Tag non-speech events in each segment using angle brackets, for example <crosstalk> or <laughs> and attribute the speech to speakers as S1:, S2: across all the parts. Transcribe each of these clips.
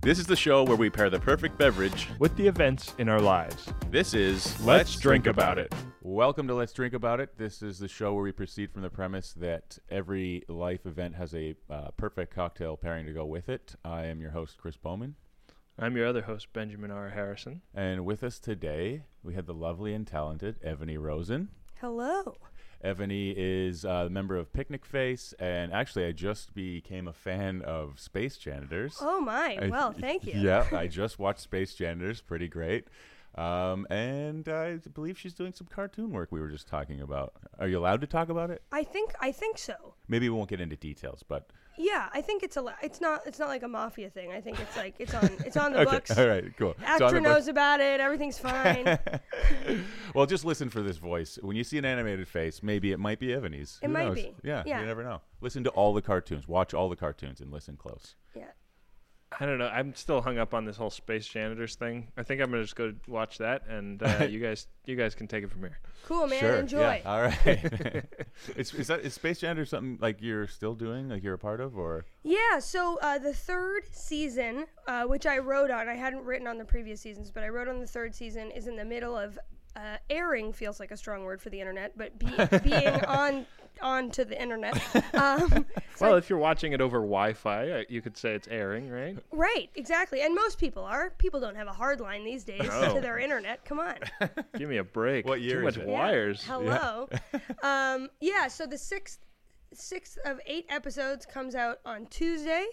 S1: This is the show where we pair the perfect beverage.
S2: with the events in our lives.
S1: This is
S2: Let's Drink About It.
S3: Welcome to Let's Drink About It. This is the show where we proceed from the premise that every life event has a uh, perfect cocktail pairing to go with it. I am your host, Chris Bowman.
S4: I'm your other host, Benjamin R. Harrison.
S3: And with us today, we have the lovely and talented Ebony Rosen.
S5: Hello.
S3: Ebony is uh, a member of Picnic Face, and actually, I just became a fan of Space Janitors.
S5: Oh my.
S3: <laughs> I-
S5: well, thank you.
S3: Yeah,
S5: <laughs>
S3: I just watched Space Janitors. Pretty great. Um, and I believe she's doing some cartoon work we were just talking about. Are you allowed to talk about it?
S5: I think I think so.
S3: Maybe we won't get into details, but
S5: Yeah, I think it's a it's not it's not like a mafia thing. I think it's like it's on it's on the
S3: <laughs>
S5: books.
S3: All right, cool. It's on
S5: Actor
S3: the
S5: knows about
S3: <laughs>
S5: it. Everything's fine. it
S3: book. Well, just listen for this voice. When you see an animated face, maybe it might be Ebony's.
S5: It
S3: Who
S5: might
S3: knows?
S5: be.
S3: Yeah,
S5: Yeah.
S3: you never know. Listen to all the cartoons. Watch all the cartoons and listen close.
S5: yeah.
S4: I don't know. I'm still hung up on this whole space janitors thing. I think I'm gonna just go watch that, and <laughs> uh, you guys, you guys can take it from here.
S5: Cool, man.
S3: sure.
S5: Enjoy.
S3: Yeah. All
S5: <laughs>
S3: right. <laughs> is, is that is Space Janitor something like you're still doing, like you're a part of, or
S5: Yeah, so uh, the third season, uh, which I wrote on, I hadn't written on the previous seasons, but I wrote on the third season, is in the middle of uh, airing. Feels like a strong word for the internet, but be,
S3: <laughs>
S5: being on onto the internet. Um,
S4: Well, if you're watching it over Wi-Fi, uh, you could say it's airing, right? <laughs>
S5: right, exactly. And most people are. People don't have a hard line these days
S4: No.
S5: <laughs> to their internet.
S3: <laughs>
S5: Come on.
S4: Give me a break.
S3: What year
S4: Too much
S3: is it?
S5: Yeah.
S4: wires.
S3: <laughs>
S5: Hello. um, yeah. So the sixth sixth of eight episodes comes out on Tuesday,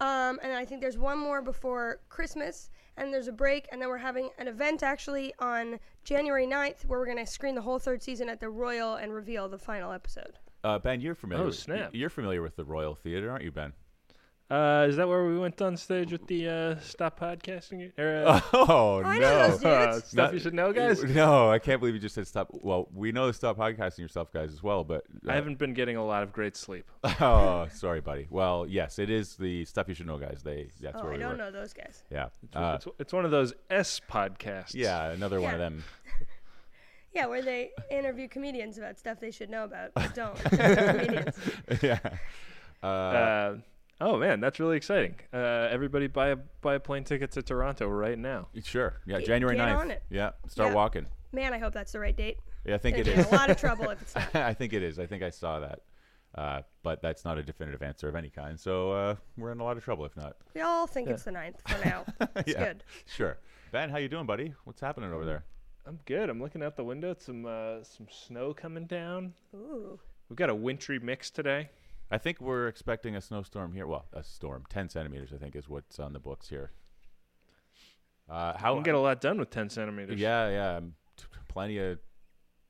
S5: um, and I think there's one more before Christmas, and there's a break, and then we're having an event actually on January 9th where we're gonna screen the whole third season at the Royal and reveal the final episode.
S3: uh, Ben? You're familiar.
S4: Oh,
S3: with,
S4: snap.
S3: You're familiar with the Royal Theater, aren't you, Ben?
S4: Uh, is that where we went on stage with the uh, stop podcasting? Or, uh,
S3: <laughs> <laughs> Oh
S5: I know
S3: no.
S5: those
S4: uh,
S5: dudes.
S4: <laughs> stuff
S3: Not-
S4: you should know, guys.
S3: <laughs>
S4: <laughs>
S3: No, I can't believe you just said stop. Well, we know to stop podcasting yourself, guys, as well. But uh,
S4: I haven't been getting a lot of great sleep.
S3: <laughs> oh, sorry, buddy. Well, yes, it is the stuff you should know, guys. They that's
S5: Oh,
S3: where
S5: I
S3: we
S5: don't
S3: were.
S5: know those guys.
S3: Yeah, Uh,
S4: it's, it's one of those S podcasts.
S3: yeah, another one of
S5: Yeah.
S3: them.
S5: Yeah,
S3: <laughs>
S5: where they interview comedians about stuff they should know about but don't. comedians.
S3: yeah, uh,
S4: Uh, oh man, that's really exciting. Uh, everybody buy a buy a plane ticket to Toronto right now.
S3: sure. <laughs> Yeah, January
S5: get
S3: 9th.
S5: on it.
S3: Yeah, start
S5: Yeah.
S3: walking.
S5: Man, I hope that's the right date.
S3: Yeah, I think
S5: They'd
S3: it
S5: be in
S3: is.
S5: a lot of trouble if it's
S3: <laughs>
S5: not.
S3: I think it is. I think I saw that. Uh, but that's not a definitive answer of any kind. So uh, we're in a lot of trouble if not.
S5: We all think it's the ninth for now.
S3: <laughs>
S5: It's
S3: Yeah.
S5: good.
S3: Sure. Ben, how you doing, buddy? What's happening over there?
S5: Mm-hmm.
S4: I'm good. I'm looking out the window. It's some uh, some snow coming down.
S5: Ooh.
S4: We've got a wintry mix today.
S3: I think we're expecting a snowstorm here. Well, a storm, ten centimeters, I think, is what's on the books here. Uh,
S4: I
S3: how?
S4: can get a lot done with 10 centimeters.
S3: yeah, yeah, um, t- t- plenty of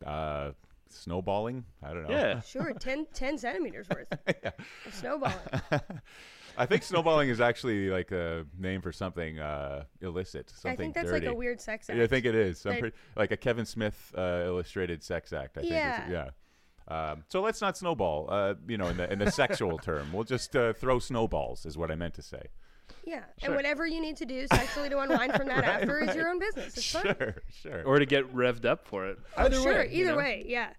S3: uh, snowballing. I don't know.
S4: Yeah.
S5: Sure, 10, 10
S3: <laughs>
S5: centimeters worth of snowballing.
S3: I think snowballing is actually like a name for something uh, illicit, something
S5: I think that's
S3: dirty.
S5: like a weird sex act.
S3: Yeah, I think it is. I'm
S5: Like-
S3: pretty, like a Kevin Smith uh, illustrated sex act. I think.
S5: Yeah.
S3: Is, yeah. Um, so let's not snowball. Uh, you know, in the in the
S4: <laughs>
S3: sexual term, we'll just uh, throw snowballs. Is what I meant to say.
S5: yeah,
S4: Sure.
S5: and whatever you need to do sexually to unwind
S3: <laughs>
S5: from that after is your own business. It's fine.
S3: Sure, sure.
S4: Or to get revved up for it.
S5: Oh,
S4: Either
S5: sure,
S4: way.
S5: either
S4: you know?
S5: way, yeah.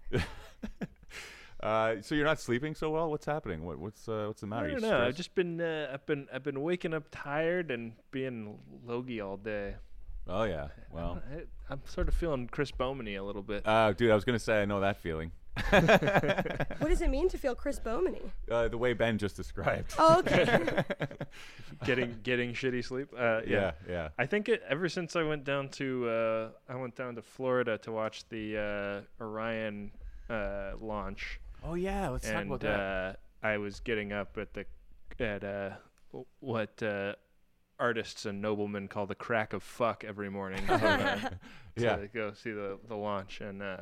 S3: Uh, so you're not sleeping so well. What's happening? What, what's uh, what's the
S4: I
S3: matter?
S4: don't
S3: You
S4: know. I've
S3: stressed?
S4: just been uh, I've been I've been waking up tired and being logy all day.
S3: Oh yeah. Well,
S4: I, I'm sort of feeling Chris Bowmany a little bit.
S3: uh, dude, I was gonna say I know that feeling.
S5: What does it mean to feel Chris Bowmany?
S3: Uh, the way Ben just
S4: <laughs>
S3: described. <laughs>
S5: Oh, okay.
S4: getting getting shitty sleep. Uh,
S3: yeah, yeah.
S4: I think it, ever since I went down to uh, I went down to Florida to watch the uh, Orion uh, launch,
S3: Oh yeah. Let's
S4: and uh, I was getting up at the at uh, w- what uh, artists and noblemen call the crack of fuck every morning <laughs> to, uh,
S3: Yeah.
S4: to go see the, the launch and uh,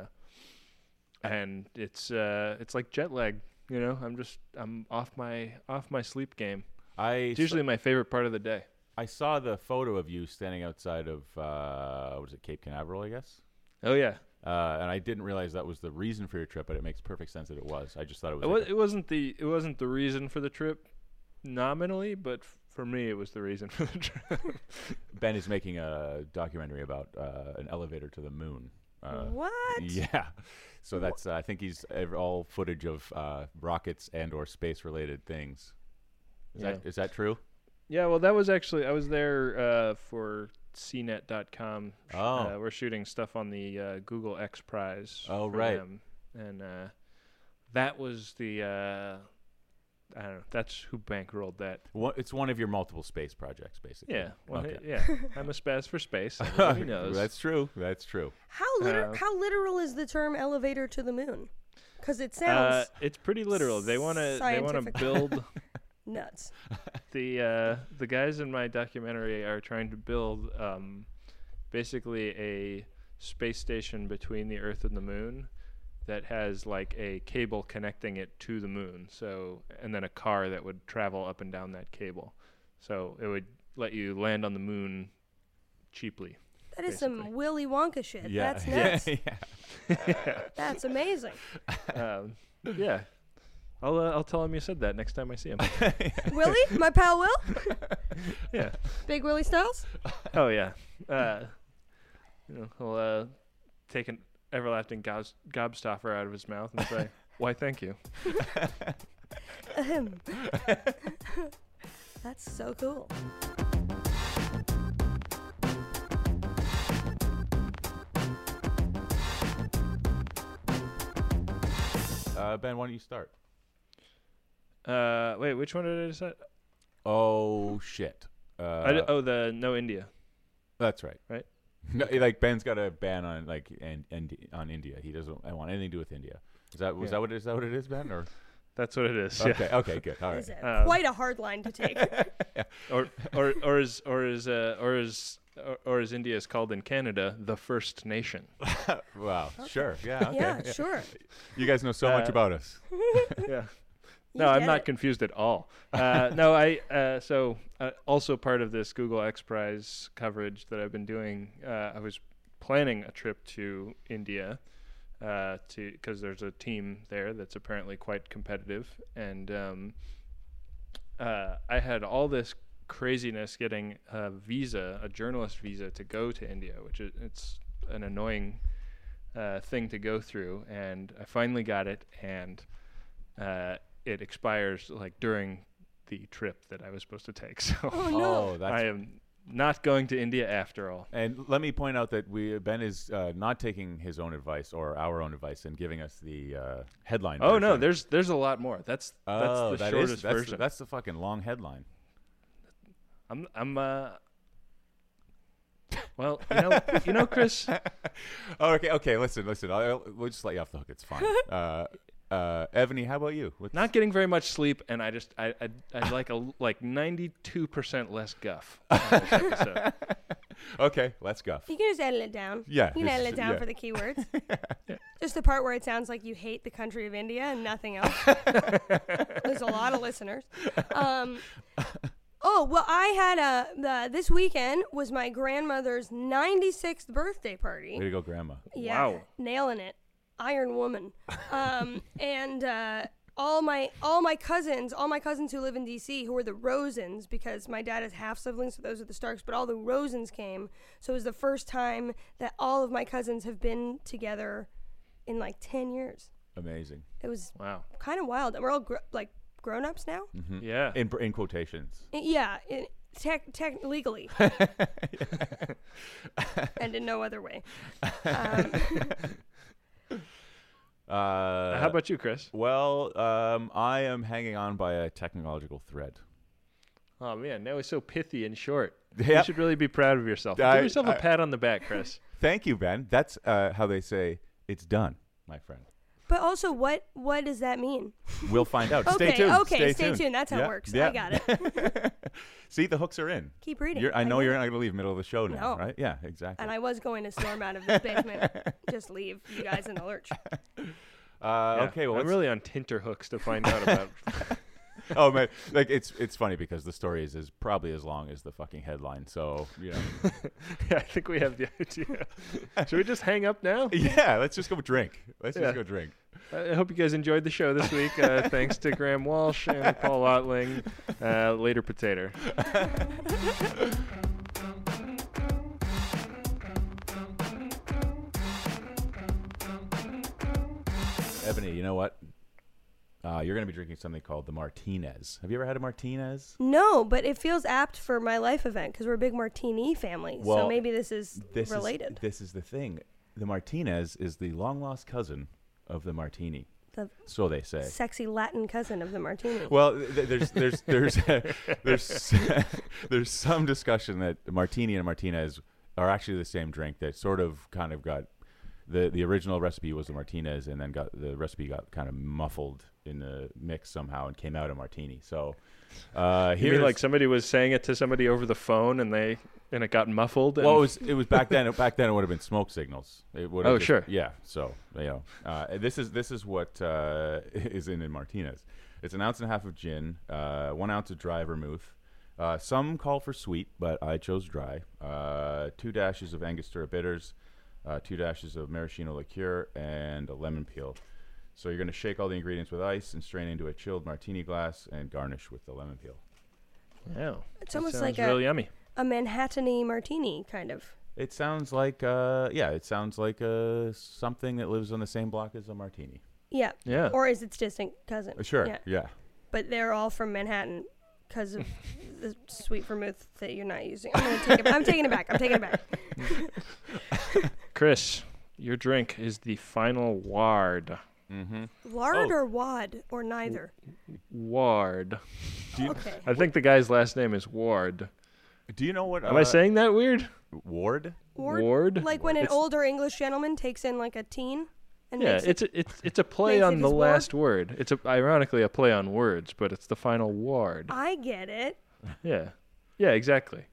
S4: and it's uh, it's like jet lag. You know, I'm just I'm off my off my sleep game.
S3: I
S4: It's usually my favorite part of the day.
S3: I saw the photo of you standing outside of uh, what is it, Cape Canaveral, I guess.
S4: Oh yeah,
S3: Uh, and I didn't realize that was the reason for your trip, but it makes perfect sense that it was. I just thought it was.
S4: It,
S3: like
S4: was, it wasn't the it wasn't the reason for the trip, nominally, but f- for me it was the reason <laughs> for the trip.
S3: a- ben is making a documentary about uh, an elevator to the moon. Uh,
S5: what?
S3: <laughs> Yeah. So that's uh, I think he's ev- all footage of uh, rockets and or space related things. Is,
S4: Yeah.
S3: that, is that true?
S4: Yeah, well, that was actually I was there uh, for CNET.com.
S3: Oh.
S4: uh, we're shooting stuff on the uh, Google X Prize.
S3: Oh,
S4: for
S3: right.
S4: them. and uh, that was the uh, I don't know. That's who bankrolled that.
S3: One, it's one of your multiple space projects, basically. <laughs>
S4: Yeah, well,
S3: Okay.
S4: yeah. I'm a spaz
S3: <laughs>
S4: for space. Everybody knows.
S3: That's true. That's true.
S5: How liter-
S4: Uh,
S5: how literal is the term elevator to the moon? Because it
S4: uh,
S5: sounds
S4: it's pretty literal. They want to they want to
S5: scientific.
S4: build
S5: nuts.
S4: the uh, the guys in my documentary are trying to build um, basically a space station between the Earth and the Moon that has like a cable connecting it to the moon. So and then a car that would travel up and down that cable. So it would let you land on the moon cheaply. <laughs>
S5: That is some
S4: Basically.
S5: Willy Wonka
S3: <laughs>
S5: shit.
S3: Yeah.
S5: That's
S3: Yeah.
S5: nuts.
S3: yeah.
S5: That's amazing.
S4: um, yeah. I'll, uh, I'll tell him you said that next time I see him.
S5: Willie, my pal Will,
S4: yeah.
S5: Big Willie Styles.
S4: Oh yeah. Uh, you know, he'll uh, take an everlasting gobs- gobstopper out of his mouth and say, "Why, thank you."
S5: Ahem. <laughs> That's so cool.
S3: Uh, ben, why don't you start?
S4: Uh, wait, which one did I decide?
S3: Oh shit. Uh,
S4: I d- oh, the no India.
S3: That's right.
S4: Right?
S3: No, like Ben's got a ban on like and, and on India. He doesn't want anything to do with India. Is that was
S4: Yeah.
S3: that what it is that what it is, Ben? Or
S4: That's what it is. Yeah.
S3: okay, okay, good. All
S5: It's
S3: right.
S5: a-
S4: Um,
S5: quite a hard line to take.
S4: Or or or is or is uh, or is or, or as India is called in Canada, the First Nation.
S3: Wow. Sure. Yeah. Okay.
S5: yeah, sure.
S3: You guys know so much
S4: Uh,
S3: about us.
S4: yeah.
S5: You
S4: No, I'm
S5: get
S4: not
S5: it.
S4: confused at
S5: <laughs>
S4: all. Uh, no, I uh, so uh, also part of this Google X Prize coverage that I've been doing. Uh, I was planning a trip to India uh, to because there's a team there that's apparently quite competitive, and um, uh, I had all this craziness getting a visa, a journalist visa, to go to India, which is it's an annoying uh, thing to go through, and I finally got it, and uh, it expires like during the trip that I was supposed to take. <laughs> So
S5: Oh no.
S3: Oh, that's
S4: I am not going to India after all.
S3: And let me point out that we Ben is uh, not taking his own advice or our own advice and giving us the uh, headline.
S4: Oh no,
S3: version.
S4: there's there's a lot more. That's
S3: oh,
S4: that's the
S3: that is- that's
S4: shortest
S3: the-
S4: version.
S3: that's the fucking long headline.
S4: I'm I'm uh. Well, you know, you know, Chris.
S3: Oh, okay, okay. Listen, listen. I'll, we'll just let you off the hook. It's
S5: <laughs>
S3: fine. uh, uh, Ebony, how about you? What's-
S4: Not getting very much sleep, and I just I I I'd like a like ninety two percent less guff. so,
S3: okay, let's go.
S5: You can just edit it down.
S3: Yeah,
S5: You can
S3: it's-
S5: edit it down
S3: yeah.
S5: for the keywords. Just the part where it sounds like you hate the country of India and nothing else. There's a lot of listeners. Um, oh, well, I had a. The, this weekend was my grandmother's 96th birthday party.
S3: Way to go, Grandma.
S5: Yeah,
S4: Wow.
S5: nailing it, Iron Woman. Um, and uh, all my all my cousins, all my cousins who live in D.C. who are the Rosens because my dad has half siblings, so those are the Starks. But all the Rosens came, so it was the first time that all of my cousins have been together in like ten years.
S3: Amazing.
S5: It was
S4: wow.
S5: kind of wild, and we're all gr- like grown ups now.
S3: Hmm.
S4: Yeah.
S3: In in quotations.
S5: I- Yeah, it, tech, tech legally, and in no other way.
S3: Uh,
S4: How about you, Chris?
S3: Well, um, I am hanging on by a technological thread.
S4: Oh man, that was so pithy and short.
S3: <laughs>
S4: You
S3: Yep.
S4: should really be proud of yourself.
S3: I-
S4: Give yourself a
S3: I-
S4: pat on the back, Chris.
S3: Thank you, Ben. That's uh, how they say it's done, my friend.
S5: But also, what what does that mean?
S3: We'll find out.
S5: Okay,
S3: stay tuned.
S5: okay, stay tuned. That's how it
S3: Yeah,
S5: works. I
S3: yeah.
S5: got it.
S3: <laughs> See, the hooks are in.
S5: Keep reading.
S3: You're, I know
S5: get
S3: you're
S5: it.
S3: not going to leave middle of the show now,
S5: No.
S3: right? Yeah, exactly.
S5: And I was going to storm out of
S3: <laughs>
S5: this basement. Just leave you guys in the lurch.
S3: uh,
S4: Yeah.
S3: <laughs> Okay, well,
S4: I'm
S3: let's-
S4: really on Tinter hooks to find
S3: <laughs>
S4: out about. <laughs>
S3: oh man, like it's it's funny because the story is, is probably as long as the fucking headline. So you
S4: <laughs>
S3: know,
S4: yeah, I think we have the idea. should we just hang up
S3: <laughs>
S4: now?
S3: yeah, let's just go drink. Let's
S4: Yeah.
S3: just go drink.
S4: I I hope you guys enjoyed the show this week.
S3: <laughs>
S4: Uh, thanks to Graham Walsh and Paul Otling. Uh, later, potato.
S3: Ebony, you know what? Uh, you're going to be drinking something called the Martinez. Have you ever had a Martinez?
S5: No, but it feels apt for my life event because we're a big martini family. so
S3: Well,
S5: maybe this is
S3: This
S5: related.
S3: Is, this is the thing. The Martinez is the long lost cousin of the martini.
S5: The-
S3: so they say.
S5: Sexy Latin cousin of the martini.
S3: Well, th- th- there's there's there's <laughs> there's <laughs> there's some discussion that martini and martinez are actually the same drink that sort of kind of got the the original recipe was the martinez and then got the recipe got kind of muffled in the mix somehow and came out a martini. So uh
S4: You mean
S3: here
S4: like somebody was saying it to somebody over the phone and they and it got muffled? And,
S3: well, it was it was back then. Back then, it would have been smoke signals. It would have
S4: Oh,
S3: just-
S4: sure.
S3: yeah. So you know, uh, this is this is what uh, <laughs> is in in Martinez. It's an ounce and a half of gin, uh, one ounce of dry vermouth. Uh, some call for sweet, but I chose dry. Uh, two dashes of Angostura bitters, uh, two dashes of maraschino liqueur, and a lemon peel. So you're going to shake all the ingredients with ice and strain into a chilled martini glass and garnish with the lemon peel.
S4: wow,
S5: it's
S4: that
S5: almost
S4: sounds
S5: like
S4: real
S5: a,
S4: yummy.
S5: a Manhattany martini, kind of.
S3: It sounds like, uh, yeah, it sounds like uh, something that lives on the same block as a martini.
S5: Yeah.
S4: Yeah.
S5: Or is its distant cousin.
S3: Uh, Sure,
S5: Yeah.
S3: yeah.
S5: But they're all from Manhattan
S3: <laughs>
S5: because of the sweet vermouth that you're not using. I'm going to take it. I'm taking it back. I'm taking
S3: <laughs>
S5: it back.
S4: Chris, your drink is the final ward.
S3: Mm-hmm.
S5: Lard
S1: Oh.
S5: or wad or neither.
S4: Ward.
S5: Okay.
S4: I think the guy's last name is Ward.
S3: Do you know what? uh,
S4: Am I saying that weird?
S3: Ward?
S5: Or
S4: Ward?
S5: Like when an
S4: It's-
S5: older English gentleman takes in like a teen and
S4: yeah,
S5: makes it
S4: it's a, it's it's a play
S5: makes it
S4: on the
S5: his ward?
S4: last word. It's a, ironically a play on words, but it's the final ward.
S5: I get it.
S4: Yeah, yeah, exactly.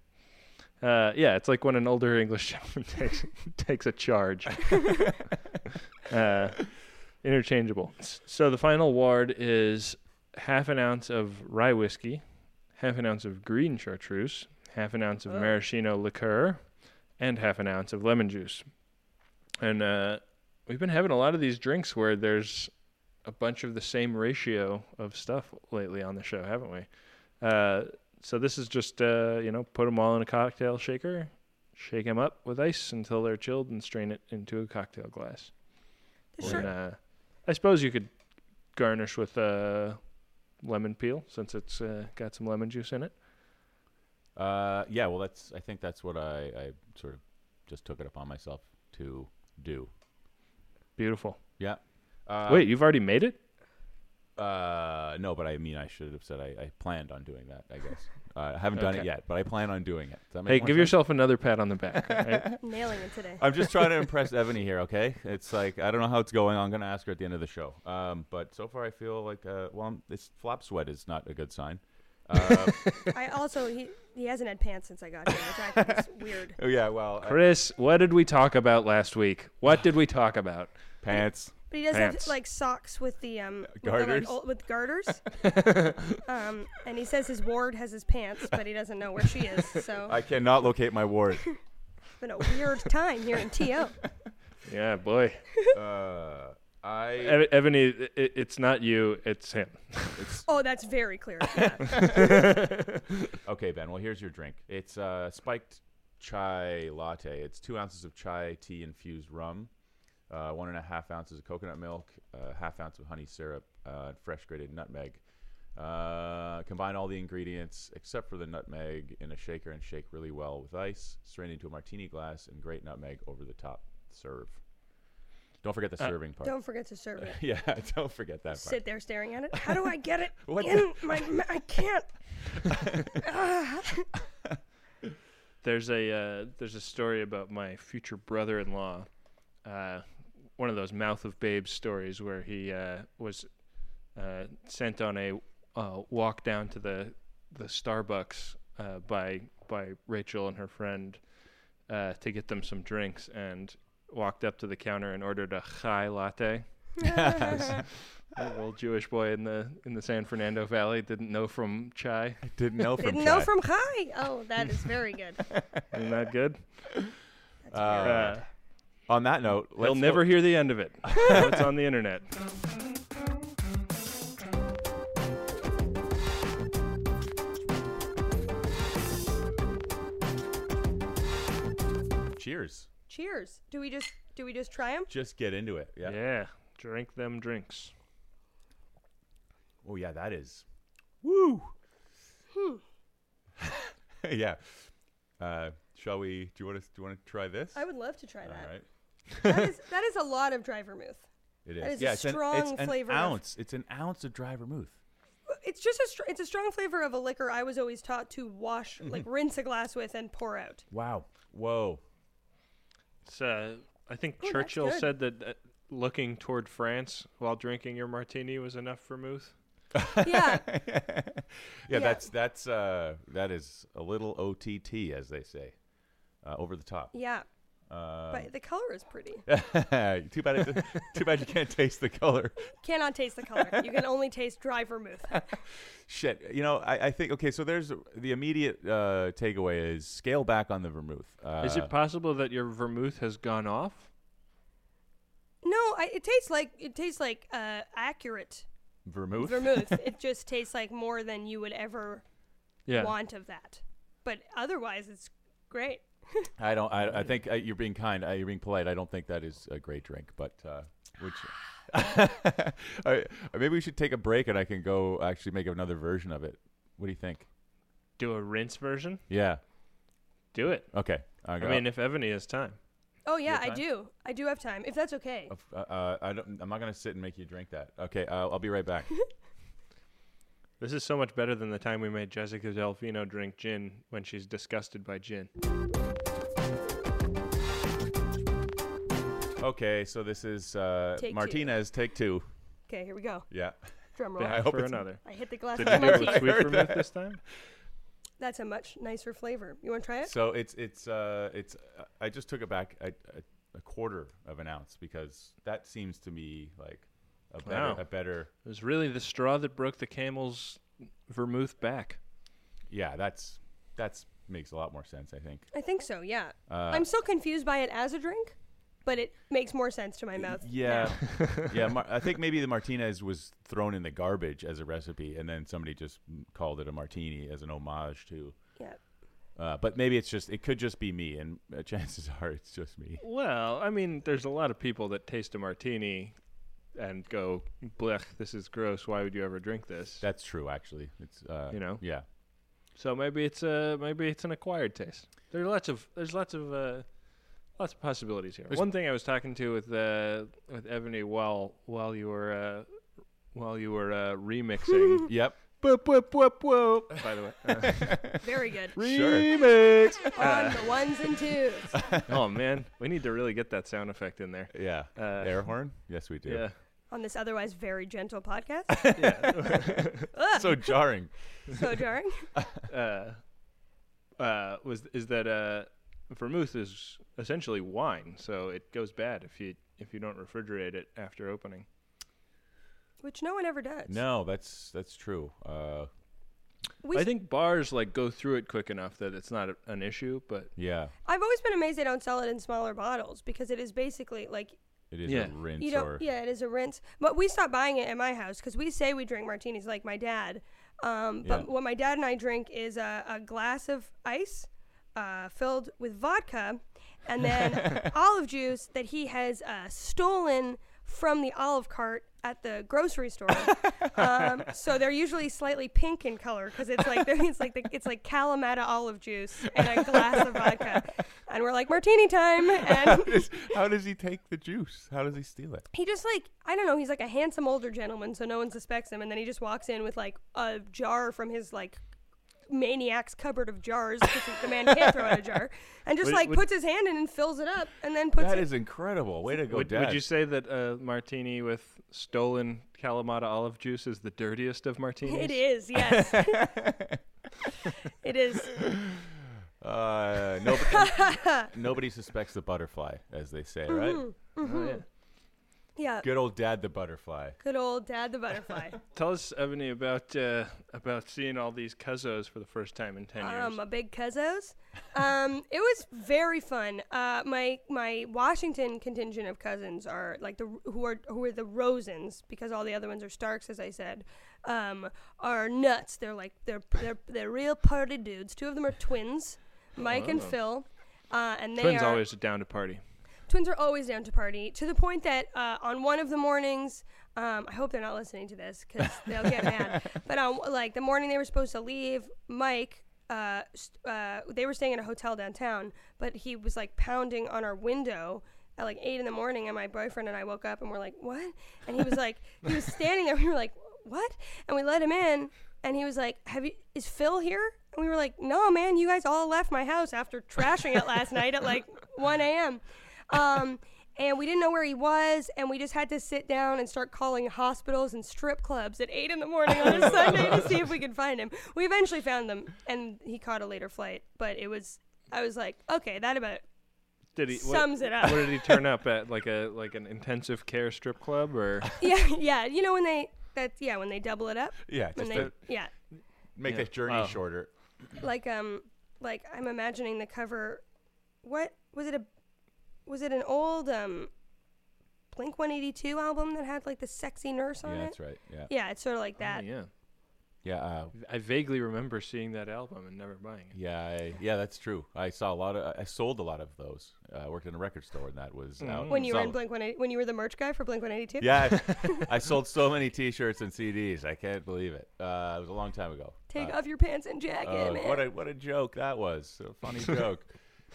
S4: Uh, yeah, it's like when an older English <laughs> gentleman takes takes a charge. uh, interchangeable. S- So the final ward is half an ounce of rye whiskey, half an ounce of green chartreuse, half an ounce of
S5: Oh.
S4: maraschino liqueur, and half an ounce of lemon juice. And uh, we've been having a lot of these drinks where there's a bunch of the same ratio of stuff lately on the show, haven't we? Uh, so this is just uh, you know put them all in a cocktail shaker, shake them up with ice until they're chilled, and strain it into a cocktail glass.
S5: The
S4: And,
S5: shirt-
S4: uh, I suppose you could garnish with uh, lemon peel since it's uh, got some lemon juice in it.
S3: Uh, yeah, well, that's. I think that's what I, I sort of just took it upon myself to do.
S4: Beautiful.
S3: Yeah. Uh,
S4: Wait, you've already made it?
S3: Uh, no, but I mean, I should have said I, I planned on doing that, I guess. Uh, I haven't done it
S4: Okay.
S3: yet, but I plan on doing it. Does that make
S4: Hey,
S3: more
S4: give
S3: sense?
S4: yourself another pat on the back.
S3: <laughs>
S4: all right?
S5: Nailing
S4: <laughs>
S5: it today.
S3: I'm just trying to impress Ebony here, okay? It's like I don't know how it's going. I'm gonna ask her at the end of the show. Um, but so far I feel like uh, well, I'm, this flop sweat is not a good sign.
S4: <laughs>
S3: Uh,
S5: I also he he hasn't had pants since I got here, which I
S4: <laughs>
S5: think is weird.
S3: oh, yeah, well, uh,
S4: Chris, what did we talk about last week? What did we talk about?
S3: pants.
S5: But he does
S4: Pants.
S5: have like socks with the um with the, like,
S3: Garters?
S5: ol- with garters.
S4: <laughs>
S5: um, and he says his ward has his pants, but he doesn't know where she is. So
S3: I cannot locate my ward.
S5: it's been a weird time here
S4: <laughs>
S5: in TO.
S4: Yeah, boy.
S3: Uh, I
S4: Ev- Ebony, i i- it's not you, it's him.
S5: Oh, that's very clear.
S3: okay, Ben. Well, here's your drink. It's uh, spiked chai latte. It's two ounces of chai tea infused rum, uh, one and a half ounces of coconut milk, uh, half ounce of honey syrup, uh, and fresh grated nutmeg. Uh, combine all the ingredients except for the nutmeg in a shaker and shake really well with ice. Strain into a martini glass and grate nutmeg over the top. Serve. Don't forget the serving part.
S5: Uh, Don't forget to
S4: <laughs>
S5: serve it.
S3: <laughs> yeah, don't forget that part.
S5: Sit there staring at it. How do I get it
S3: What
S5: in my? ma- I can't.
S4: there's a uh, there's a story about my future brother-in-law, uh, one of those mouth of babes stories where he uh, was uh, sent on a uh, walk down to the the Starbucks uh, by by Rachel and her friend uh, to get them some drinks and walked up to the counter and ordered a chai latte. <laughs> An old Jewish boy in the in the San Fernando Valley didn't know from chai.
S3: Didn't know from
S5: Didn't know
S3: chai.
S5: from high. Oh, that
S3: <laughs>
S5: is very good.
S4: Isn't that good?
S3: Uh, on that note,
S4: They'll
S3: let's go-
S4: never hear the
S3: <laughs>
S4: end of it. it's on the internet.
S3: Cheers.
S5: Cheers. Do we just do we just try them?
S3: Just get into it. Yeah.
S4: Yeah, drink them drinks.
S3: Oh yeah, that is. Woo. <laughs> yeah. Uh, shall we? Do you want to? Do you want to try this?
S5: I would love to try
S3: All
S5: that.
S3: right.
S5: that,
S3: <laughs>
S5: is, that is a lot of dry vermouth.
S3: It is.
S5: That is a
S3: yeah, it's an,
S5: strong
S3: it's an
S5: flavor of-
S3: ounce. It's an ounce of dry vermouth.
S5: It's just a str- it's a strong flavor of a liquor I was always taught
S3: <laughs>
S5: to wash, like rinse a glass with and pour out.
S3: Wow. Whoa.
S4: It's, uh, I think
S5: that's
S4: Churchill
S5: good.
S4: said that uh, looking toward France while drinking your martini was enough vermouth.
S5: Yeah,
S3: <laughs> Yeah, that's that's uh, that is a little OTT as they say, uh, over the top.
S5: yeah.
S3: Uh,
S5: But the color is pretty.
S3: <laughs> too bad. It, too bad you can't taste the color.
S5: Cannot taste the color. You can only taste
S3: <laughs>
S5: dry vermouth.
S3: Shit. You know, I, I think okay. So there's the immediate uh, takeaway is scale back on the vermouth. Uh,
S4: Is it possible that your vermouth has gone off?
S5: No, I, it tastes like it tastes like uh, accurate
S3: vermouth? <laughs>
S5: vermouth. it just tastes like more than you would ever
S4: Yeah.
S5: want of that. But otherwise, it's great.
S3: I don't. I, I think uh, you're being kind. Uh, you're being polite. I don't think that is a great drink, but uh, which <laughs> I, maybe we should take a break and I can go actually make another version of it. What do you think?
S4: Do a rinse version?
S3: Yeah.
S4: Do it.
S3: Okay.
S4: I mean, if Evany has time.
S5: Oh yeah,
S3: have
S5: I
S3: time?
S5: do. I do have time. If that's okay.
S3: Of- uh, uh, I don't, I'm not gonna sit and make you drink that. Okay, I'll, I'll be right
S4: <laughs>
S3: back.
S4: This is so much better than the time we made Jessica Delfino drink gin when she's disgusted by gin.
S3: okay, so this is uh,
S5: Take two.
S3: Martinez take two.
S5: Okay, here we go.
S3: Yeah,
S5: Drum roll.
S4: Back
S3: hope
S4: for
S3: it's-
S4: another.
S5: I hit the glass
S4: Did
S5: with
S4: you do
S5: my
S4: it with
S5: teeth.
S4: sweet vermouth this time?
S5: That's a much nicer flavor. You want to try it?
S3: so it's it's uh, it's. Uh, I just took it back a, a, a quarter of an ounce because that seems to me like a better
S4: Wow.
S3: a better.
S4: It was really the straw that broke the camel's vermouth back.
S3: Yeah, that's that's makes a lot more sense. I think.
S5: I think so. Yeah.
S3: Uh,
S5: I'm still confused by it as a drink, but it makes more sense to my mouth.
S3: Yeah, <laughs> yeah. Mar- I think maybe the Martinez was thrown in the garbage as a recipe, and then somebody just called it a martini as an homage to.
S5: Yeah.
S3: Uh, but maybe it's just it could just be me, and uh, <laughs> chances are it's just me.
S4: Well, I mean, there's a lot of people that taste a martini and go, blech, this is gross. Why would you ever drink this?
S3: That's true, actually. It's uh,
S4: You know?
S3: yeah,
S4: So maybe it's a maybe it's an acquired taste. There are lots of there's lots of uh, lots of possibilities here.
S3: There's-
S4: One thing I was talking to with uh, with Ebony while while you were uh, while you were uh,
S3: <laughs>
S4: remixing.
S3: yep.
S4: Boop, boop, boop, boop. By the way, Uh,
S5: Very good.
S3: <laughs> Sure.
S4: remix.
S3: Uh.
S5: On the ones and twos.
S4: oh man, we need to really get that sound effect in there.
S3: Yeah.
S4: Uh,
S3: Air horn? Yes, we do.
S4: Yeah.
S5: On this otherwise very gentle podcast.
S4: <laughs>
S3: So jarring. <laughs>
S5: so jarring.
S4: uh, uh, was is that uh, vermouth is essentially wine, so it goes bad if you if you don't refrigerate it after opening.
S5: Which no one ever does.
S3: No, that's that's true. Uh,
S5: We,
S4: I think bars like go through it quick enough that it's not a, an issue, but
S3: yeah,
S5: I've always been amazed they don't sell it in smaller bottles because it is basically like
S3: it is
S4: Yeah.
S3: a rinse
S5: you don't.
S3: or
S5: Yeah, it is a rinse. But we stopped buying it at my house because we say we drink martinis like my dad. Um, but
S3: Yeah.
S5: what my dad and I drink is a, a glass of ice uh, filled with vodka
S3: <laughs>
S5: and then olive juice that he has uh, stolen from the olive cart at the grocery store. um, so they're usually slightly pink in color because it's like <laughs> they're- it's like the, it's like Kalamata olive juice and a glass of vodka, and we're like martini time. And
S3: <laughs> How does he take the juice? How does he steal it?
S5: he just like I don't know. He's like a handsome older gentleman, so no one suspects him. And then he just walks in with like a jar from his like maniac's cupboard of jars because the man can't throw out a jar, and just
S4: Would-
S5: like
S4: would-
S5: puts his hand in and fills it up, and then puts
S3: That
S5: it.
S3: is incredible. Way to go,
S4: would,
S3: Dad.
S4: would you say that a martini with stolen Kalamata olive juice is the dirtiest of martinis?
S5: <laughs> it is yes.
S3: <laughs>
S5: <laughs> it is.
S3: Uh, nobody,
S5: <laughs>
S3: nobody suspects the butterfly, as they say, right?
S5: Mm-hmm.
S4: Oh, yeah.
S5: Yeah.
S3: Good old dad, the butterfly.
S5: Good old dad the butterfly.
S4: Tell us, Ebony, about uh, about seeing all these cuzzos for the first time in ten years.
S5: Um, a big cuzzos. Um, it was very fun. Uh, my my Washington contingent of cousins are like the who are who are the Rosens because all the other ones are Starks, as I said. Um, are nuts. They're like they're they're they're real party dudes. Two of them are twins, Mike and Phil. Uh, and they
S4: Oh. Twins
S5: are,
S4: always down to party.
S5: twins are always down to party to the point that uh, on one of the mornings Um, I hope they're not listening to this because they'll get mad. But um, like the morning they were supposed to leave, Mike, uh, st- uh, they were staying in a hotel downtown, but he was like pounding on our window at like eight in the morning, and my boyfriend and I woke up and we're like, "What?" And he was like, he was standing there. We were like, "What?" And we let him in, and he was like, "Have you? Is Phil here?" And we were like, "No, man, you guys all left my house after trashing it last night at like 1 a.m." Um, and we didn't know where he was, and we just had to sit down and start calling hospitals and strip clubs at eight in the morning on a Sunday to see if we could find him. We eventually found them, and he caught a later flight. But it was, I was like, okay, that about
S4: Did he? What,
S5: sums it up.
S4: what did he turn up at? Like a like an intensive care strip club or?
S5: <laughs> yeah, yeah. You know when they that yeah when they double it up
S3: Yeah,
S5: when
S3: just
S5: they
S3: to
S5: yeah
S3: make
S4: Yeah.
S3: that journey
S4: Wow.
S3: shorter.
S5: like um like I'm imagining the cover. What was it a was it an old um Blink 182 album that had like the sexy nurse on
S3: Yeah,
S5: it?
S3: that's right. Yeah,
S5: Yeah, it's sort of like <laughs> that.
S4: Oh, yeah.
S3: yeah, uh,
S4: I vaguely remember seeing that album and never buying it.
S3: yeah, I, yeah. That's true. I saw a lot of. I sold a lot of those. Uh, I worked in a record store, and that
S4: Mm.
S3: was out.
S5: When
S3: and
S5: you were in
S3: sold-
S5: Blink 182, when you were the merch guy for Blink 182?
S3: Hmm, Yeah,
S5: <laughs>
S3: I, I sold so many T-shirts and CDs. I can't believe it. Uh, it was a long time ago.
S5: Take
S3: Uh,
S5: off your pants and jacket,
S3: Oh,
S5: man.
S3: what a what a joke that was! A
S5: <laughs>
S3: funny joke.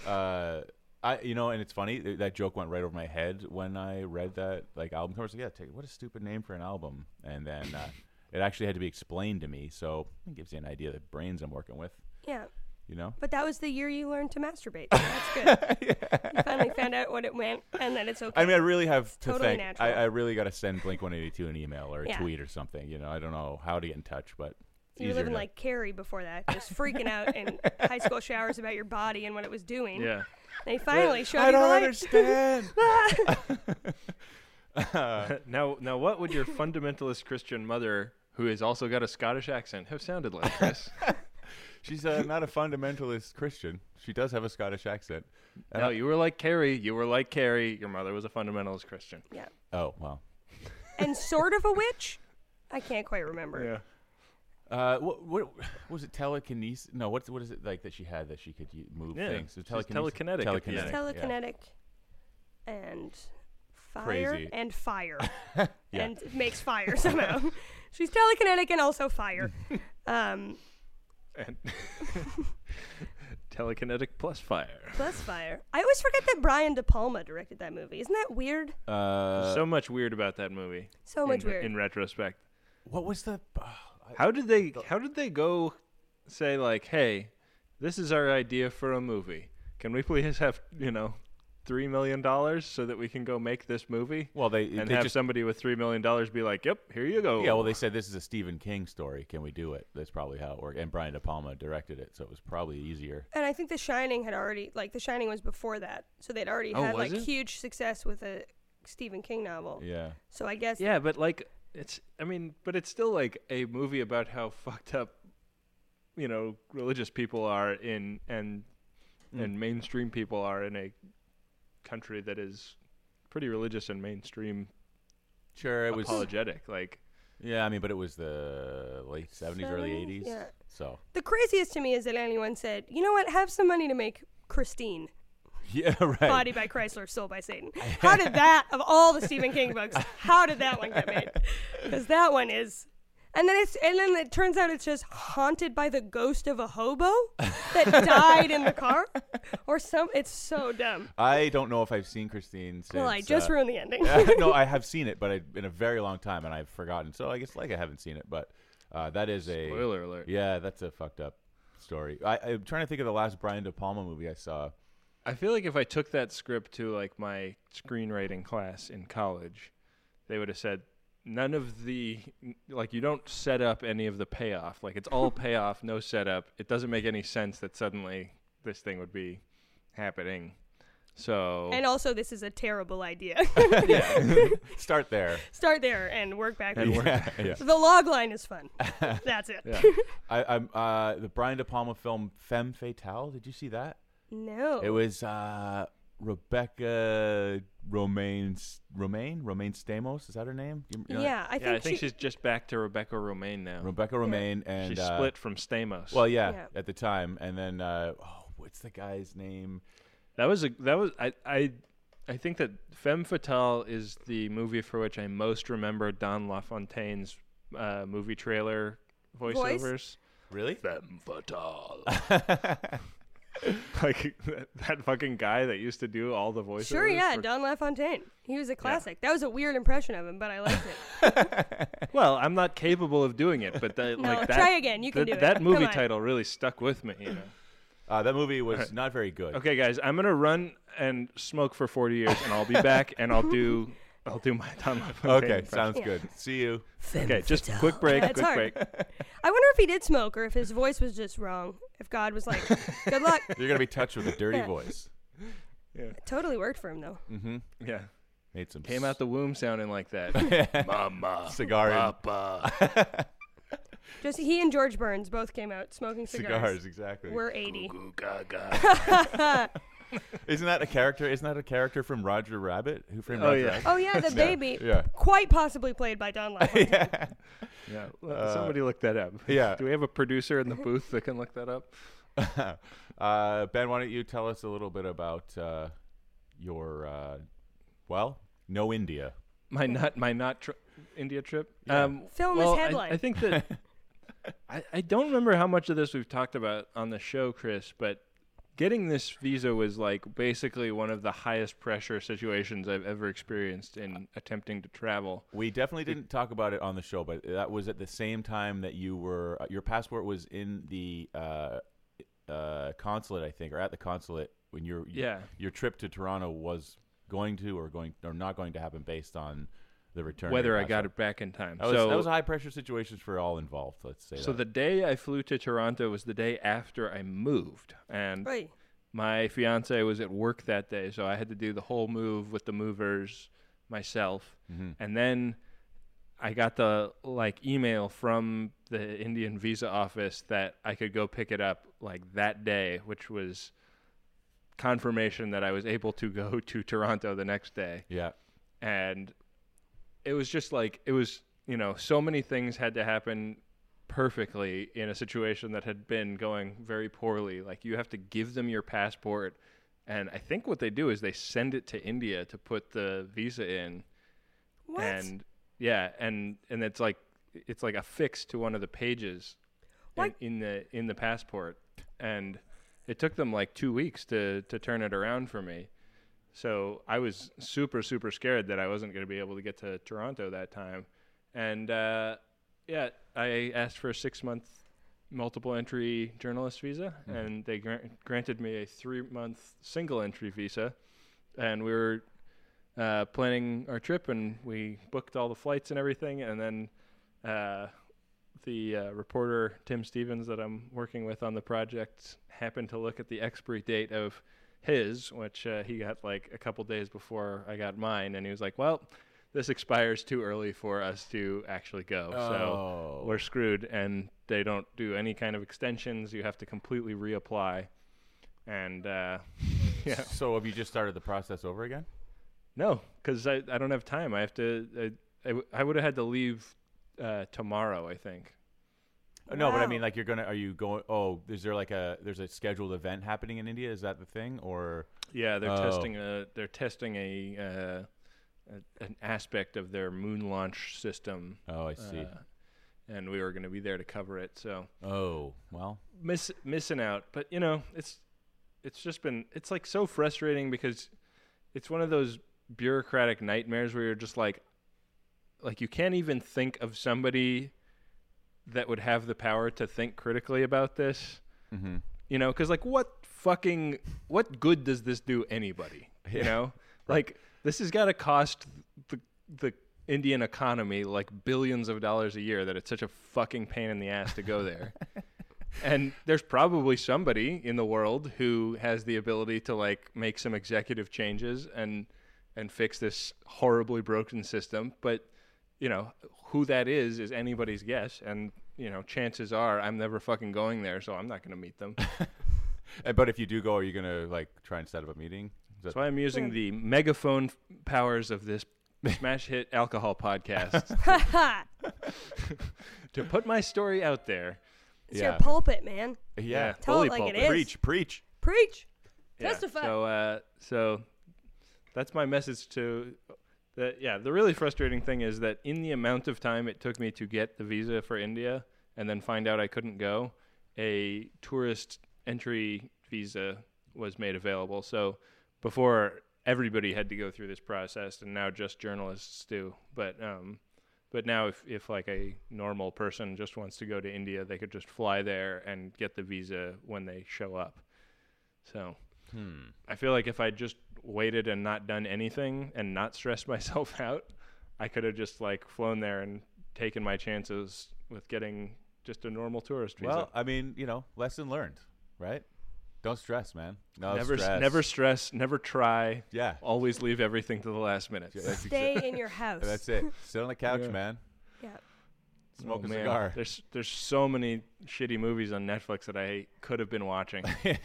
S3: Uh, I you know, and it's funny th- that joke went right over my head when I read that like album cover. I was like, yeah, take, what a stupid name for an album. And then uh, <laughs> it actually had to be explained to me, so it gives you an idea of the brains I'm working with.
S5: yeah.
S3: You know,
S5: But that was the year you learned to masturbate.
S3: <laughs>
S5: so That's good. You finally found out what it meant and that it's okay.
S3: I mean, I really have to
S5: totally
S3: thank. I,
S5: natural.
S3: I really got to send Blink 182 an email or a
S5: Yeah.
S3: tweet or something. You know, I don't know how to get in touch, but it's
S5: you were
S3: easier
S5: living
S3: to-
S5: like Carrie before that, just freaking out in high school showers about your body and what it was doing.
S4: Yeah. <laughs>
S5: They finally showed
S3: I
S5: you the
S3: don't
S5: light. <laughs>
S3: understand.
S4: now, now, what would your fundamentalist Christian mother, who has also got a Scottish accent, have sounded like,
S5: <laughs>
S4: Chris?
S3: She's uh, not a fundamentalist Christian. She does have a Scottish accent. And
S4: no,
S3: I-
S4: you were like Carrie. You were like Carrie. Your mother was a fundamentalist Christian.
S5: Yeah.
S3: Oh well.
S5: And sort of a witch? I can't quite remember.
S3: Uh, what, what was it? Telekinesis? No, what what is it like that she had that she could u- move
S4: Yeah,
S3: things? So
S4: she's telekinetic at the end.
S3: yeah.
S5: Telekinetic and fire
S3: Crazy.
S5: and fire.
S4: <laughs>
S3: Yeah.
S5: And makes fire somehow. She's telekinetic and
S4: <laughs>
S5: also fire. Um, <laughs>
S4: And <laughs> telekinetic plus fire.
S5: Plus fire. I always forget that Brian De Palma directed that movie. Isn't that weird?
S3: Uh,
S4: so much weird about that movie.
S5: So much
S4: in,
S5: weird.
S4: in retrospect.
S3: what was the? <sighs> Uh,
S4: How did they? How did they go? Say like, hey, this is our idea for a movie. Can we please have you know, three million dollars so that we can go make this movie?
S3: well, they
S4: and
S3: they
S4: have
S3: just <laughs>
S4: somebody with three million dollars be like, "Yep, here you go."
S3: yeah. Well, they said this is a Stephen King story. Can we do it? That's probably how it worked. And Brian De Palma directed it, so it was probably easier.
S5: and I think The Shining had already, like, The Shining was before that. So they'd already
S4: Oh,
S5: had,
S4: was
S5: like,
S4: it?
S5: huge success with a Stephen King novel.
S3: Yeah.
S5: So I guess.
S4: yeah, but like, it's I mean, but it's still like a movie about how fucked up, you know, religious people are in and
S3: Mm.
S4: and mainstream people are in a country that is pretty religious and mainstream
S3: Sure, it was.
S4: apologetic. Like,
S3: Yeah, I mean, but it was the late seventies, early eighties.
S5: Seventies, yeah.
S3: So <laughs>
S5: The craziest to me is that anyone said, you know what, have some money to make Christine,
S3: yeah, right.
S5: Body by Chrysler, Soul by Satan. How did that, of all the Stephen King books, how did that one get made? Because that one is. And then it's and then it turns out it's just haunted by the ghost of a hobo that died in the car, or some. It's so dumb.
S3: I don't know if I've seen Christine since.
S5: Well, I just
S3: uh,
S5: ruined the ending.
S3: <laughs> no, I have seen it, but I, in a very long time, and I've forgotten. So I guess like I haven't seen it, but uh, that is a
S4: spoiler alert.
S3: Yeah, that's a fucked up story. I, I'm trying to think of the last Brian De Palma movie I saw.
S4: I feel like if I took that script to like my screenwriting class in college, they would have said none of the like you don't set up any of the payoff. Like it's
S5: <laughs>
S4: all payoff, no setup. It doesn't make any sense that suddenly this thing would be happening. So
S5: <laughs> and also, this is a terrible idea. <laughs>
S3: Start
S4: <laughs>
S3: there.
S5: Start there and work backwards.
S3: yeah, yeah.
S5: The log line is fun. That's it.
S4: yeah.
S3: I, I'm uh, the Brian De Palma film Femme Fatale. Did you see that?
S5: No.
S3: It was uh, Rebecca Romaine Romaine Romaine Stamos. Is that her name? You- you know that?
S5: yeah, I think,
S4: yeah, I think
S5: she,
S4: she's just back to Rebecca Romaine now.
S3: Rebecca Romaine and
S4: she
S3: uh,
S4: split from Stamos.
S3: Well, yeah,
S5: Yeah.
S3: at the time, and then uh, oh, what's the guy's name?
S4: That was a that was I I I think that Femme Fatale is the movie for which I most remember Don LaFontaine's uh, movie trailer voiceovers.
S3: <laughs> Really?
S4: Femme Fatale. <laughs>
S3: Uh,
S4: like that, that fucking guy that used to do all the voiceovers.
S5: Sure, yeah,
S4: for-
S5: Don LaFontaine. He was a classic. That was a weird impression of him, but I liked it.
S4: Well, I'm not capable of doing it, but that,
S5: <laughs> No,
S4: like that,
S5: try again. You can
S4: that-
S5: do it.
S4: That
S5: Come
S4: movie
S5: on.
S4: title really stuck with me. You know?
S3: Uh, that movie was not very good.
S4: Okay, guys, I'm gonna run and smoke for 40 years, and I'll be back, and I'll do, I'll do my Don LaFontaine.
S3: Okay,
S4: impression.
S3: sounds
S5: Yeah.
S3: good. See you.
S4: Okay, just quick break.
S5: That's
S4: quick
S5: hard.
S4: break.
S5: I wonder if he did smoke or if his voice was just wrong. If God was like,
S4: <laughs>
S5: good luck.
S3: You're gonna be touched with a dirty
S5: Yeah.
S3: voice.
S5: Totally worked for him, though.
S3: Mm-hmm.
S4: Yeah,
S3: Made some
S4: came out the womb sounding like
S3: <laughs>
S4: that.
S3: the cigar in-
S5: Just he and George Burns both came out smoking cigars.
S3: cigars. Exactly.
S5: We're 80.
S3: Isn't that a character? Isn't that a character from Roger Rabbit? Who framed
S4: Oh,
S3: Roger
S4: <laughs> yeah.
S3: Rabbit?
S5: Oh, yeah, the baby.
S3: Yeah. <laughs>
S5: Quite possibly played by Don
S4: <laughs>
S5: LaFontaine.
S3: yeah.
S4: Yeah, l- somebody look that up.
S3: Uh, yeah.
S4: Do we have a producer in the booth that can look that up?
S3: <laughs> uh, ben, why don't you tell us a little bit about uh, your, uh, well, no India.
S4: My not my not tri- India trip. Um,
S5: Film
S4: well,
S5: is
S4: I-
S5: headline.
S4: I, think that
S3: <laughs>
S4: I, I don't remember how much of this we've talked about on the show, Chris, but getting this visa was like basically one of the highest pressure situations I've ever experienced in attempting to travel.
S3: We definitely didn't talk about it on the show, but that was at the same time that you were, uh, your passport was in the uh, uh, consulate, I think, or at the consulate when your
S4: Yeah.
S3: your trip to Toronto was going to or going or not going to happen based on the return. of
S4: Whether
S3: your
S4: I got
S3: passport.
S4: it back in time.
S3: That was,
S4: so
S3: that was high pressure situations for all involved. Let's say
S4: so
S3: that.
S4: the day I flew to Toronto was the day after I moved, and
S5: Right.
S4: my fiance was at work that day, so I had to do the whole move with the movers myself. And then I got the like email from the Indian visa office that I could go pick it up like that day, which was confirmation that I was able to go <laughs> to Toronto the next day.
S3: yeah,
S4: And it was just like it was, you know, so many things had to happen perfectly in a situation that had been going very poorly. Like you have to give them your passport, and I think what they do is they send it to India to put the visa in,
S5: What?
S4: and yeah, and and it's like it's like affixed to one of the pages in,
S5: What?
S4: in the in the passport, and it took them like two weeks to to turn it around for me. So I was super, super scared that I wasn't going to be able to get to Toronto that time. And uh, yeah, I asked for a six month multiple entry journalist visa, and they gran- granted me a three month single entry visa. And we were uh, planning our trip, and we booked all the flights and everything. And then uh, the uh, reporter Tim Stevens that I'm working with on the project happened to look at the expiry date of his, which uh, he got like a couple days before I got mine, and he was like, "Well, this expires too early for us to actually go, Oh,
S3: Oh.
S4: so
S3: <laughs>
S4: we're screwed." And they don't do any kind of extensions. You have to completely reapply, and uh, <laughs> yeah,
S3: So have you just started the process over again?
S4: no, because I, I don't have time. I have to. I, I, w- I would have had to leave uh, tomorrow, I think.
S3: Uh, No, but I
S5: Wow.
S3: mean, like, you're gonna, are you going? Oh, is there like a, there's a scheduled event happening in India? Is that the thing? Or
S4: Yeah, they're
S3: Oh.
S4: testing a they're testing a, uh, a an aspect of their moon launch system,
S3: oh, I
S4: uh,
S3: see.
S4: and we were going to be there to cover it. So
S3: oh, well,
S4: miss missing out, but you know it's it's just been it's like so frustrating because it's one of those bureaucratic nightmares where you're just like like you can't even think of somebody that would have the power to think critically about this.
S3: Mhm.
S4: You know, because like what fucking what good does this do anybody? You know, like this has got to cost the the Indian economy like billions of dollars a year that it's such a fucking pain in the ass to go there. and there's probably somebody in the world who has the ability to like make some executive changes and and fix this horribly broken system but you know who that is is anybody's guess and you know chances are i'm never fucking going there so i'm not going to meet them that's
S3: Uh, but if you do go, are you gonna like try and set up a meeting? Is that-
S4: why i'm using the megaphone f- powers of this smash hit alcohol podcast
S5: <laughs> Ha!
S4: to put my story out there
S5: <laughs> it's
S3: Yeah.
S5: your pulpit, man.
S3: yeah.
S5: Tell
S4: bully
S5: it like it
S4: pulpit.
S5: is.
S3: Preach, preach.
S5: Preach.
S4: Yeah,
S5: Testify.
S4: So, uh, so That's my message to that yeah, the really frustrating thing is that in the amount of time it took me to get the visa for India and then find out I couldn't go, a tourist entry visa was made available. So before everybody had to go through this process and now just journalists do. But um but now if, if like a normal person just wants to go to India, they could just fly there and get the visa when they show up. So
S3: Hmm.
S4: I feel like if I just waited and not done anything and not stressed <laughs> myself out, I could have just like flown there and taken my chances with getting just a normal tourist visa.
S3: Well, I mean, you know, lesson learned, right? Don't stress, man. No
S4: never s-
S3: stress.
S4: never stress, never try,
S3: Yeah.
S4: always leave everything to the last minute.
S3: Yeah, that's exa-
S5: Stay in your
S4: <laughs>
S5: house.
S3: That's
S5: <laughs>
S3: it. Sit on the couch,
S4: Yeah.
S3: man.
S5: Yeah.
S3: Smoke
S4: Oh,
S3: a
S4: man. <laughs>
S3: cigar.
S4: There's there's so many shitty movies on Netflix that I could have
S3: <laughs>
S4: been watching.
S3: yeah.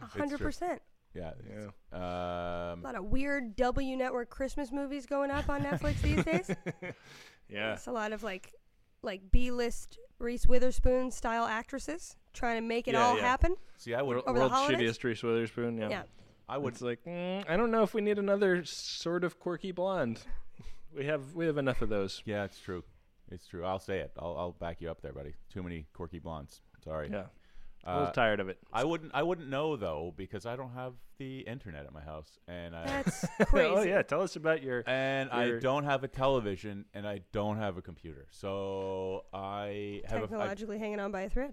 S5: A hundred
S3: true.
S5: percent.
S3: Yeah.
S4: yeah.
S5: A
S3: Um,
S5: lot of weird W Network Christmas movies going up on Netflix these days.
S4: Yeah.
S5: It's a lot of like, like B-list Reese Witherspoon style actresses trying to make it
S4: Yeah, Oh.
S5: all
S4: yeah.
S5: happen.
S3: see, I would.
S4: Wor-
S5: Over the
S4: World's
S5: holidays?
S4: shittiest Reese Witherspoon. Yeah. <laughs>
S5: Yeah.
S3: I would.
S4: Oh, It's like mm, I don't know if we need another sort of quirky blonde. We have we have enough of those.
S3: Yeah, it's true. It's true. I'll say it. I'll, I'll back you up there, buddy. Too many quirky blondes. Sorry.
S4: Yeah, a
S3: Uh,
S4: little tired of it.
S3: I wouldn't. I wouldn't know though because I don't have the internet at my house, and I
S5: That's <laughs> crazy.
S4: oh yeah, tell us about your.
S3: and I
S4: You're-
S3: don't have a television, and I don't have a computer. So I have. A, I,
S5: Technologically hanging on by a thread.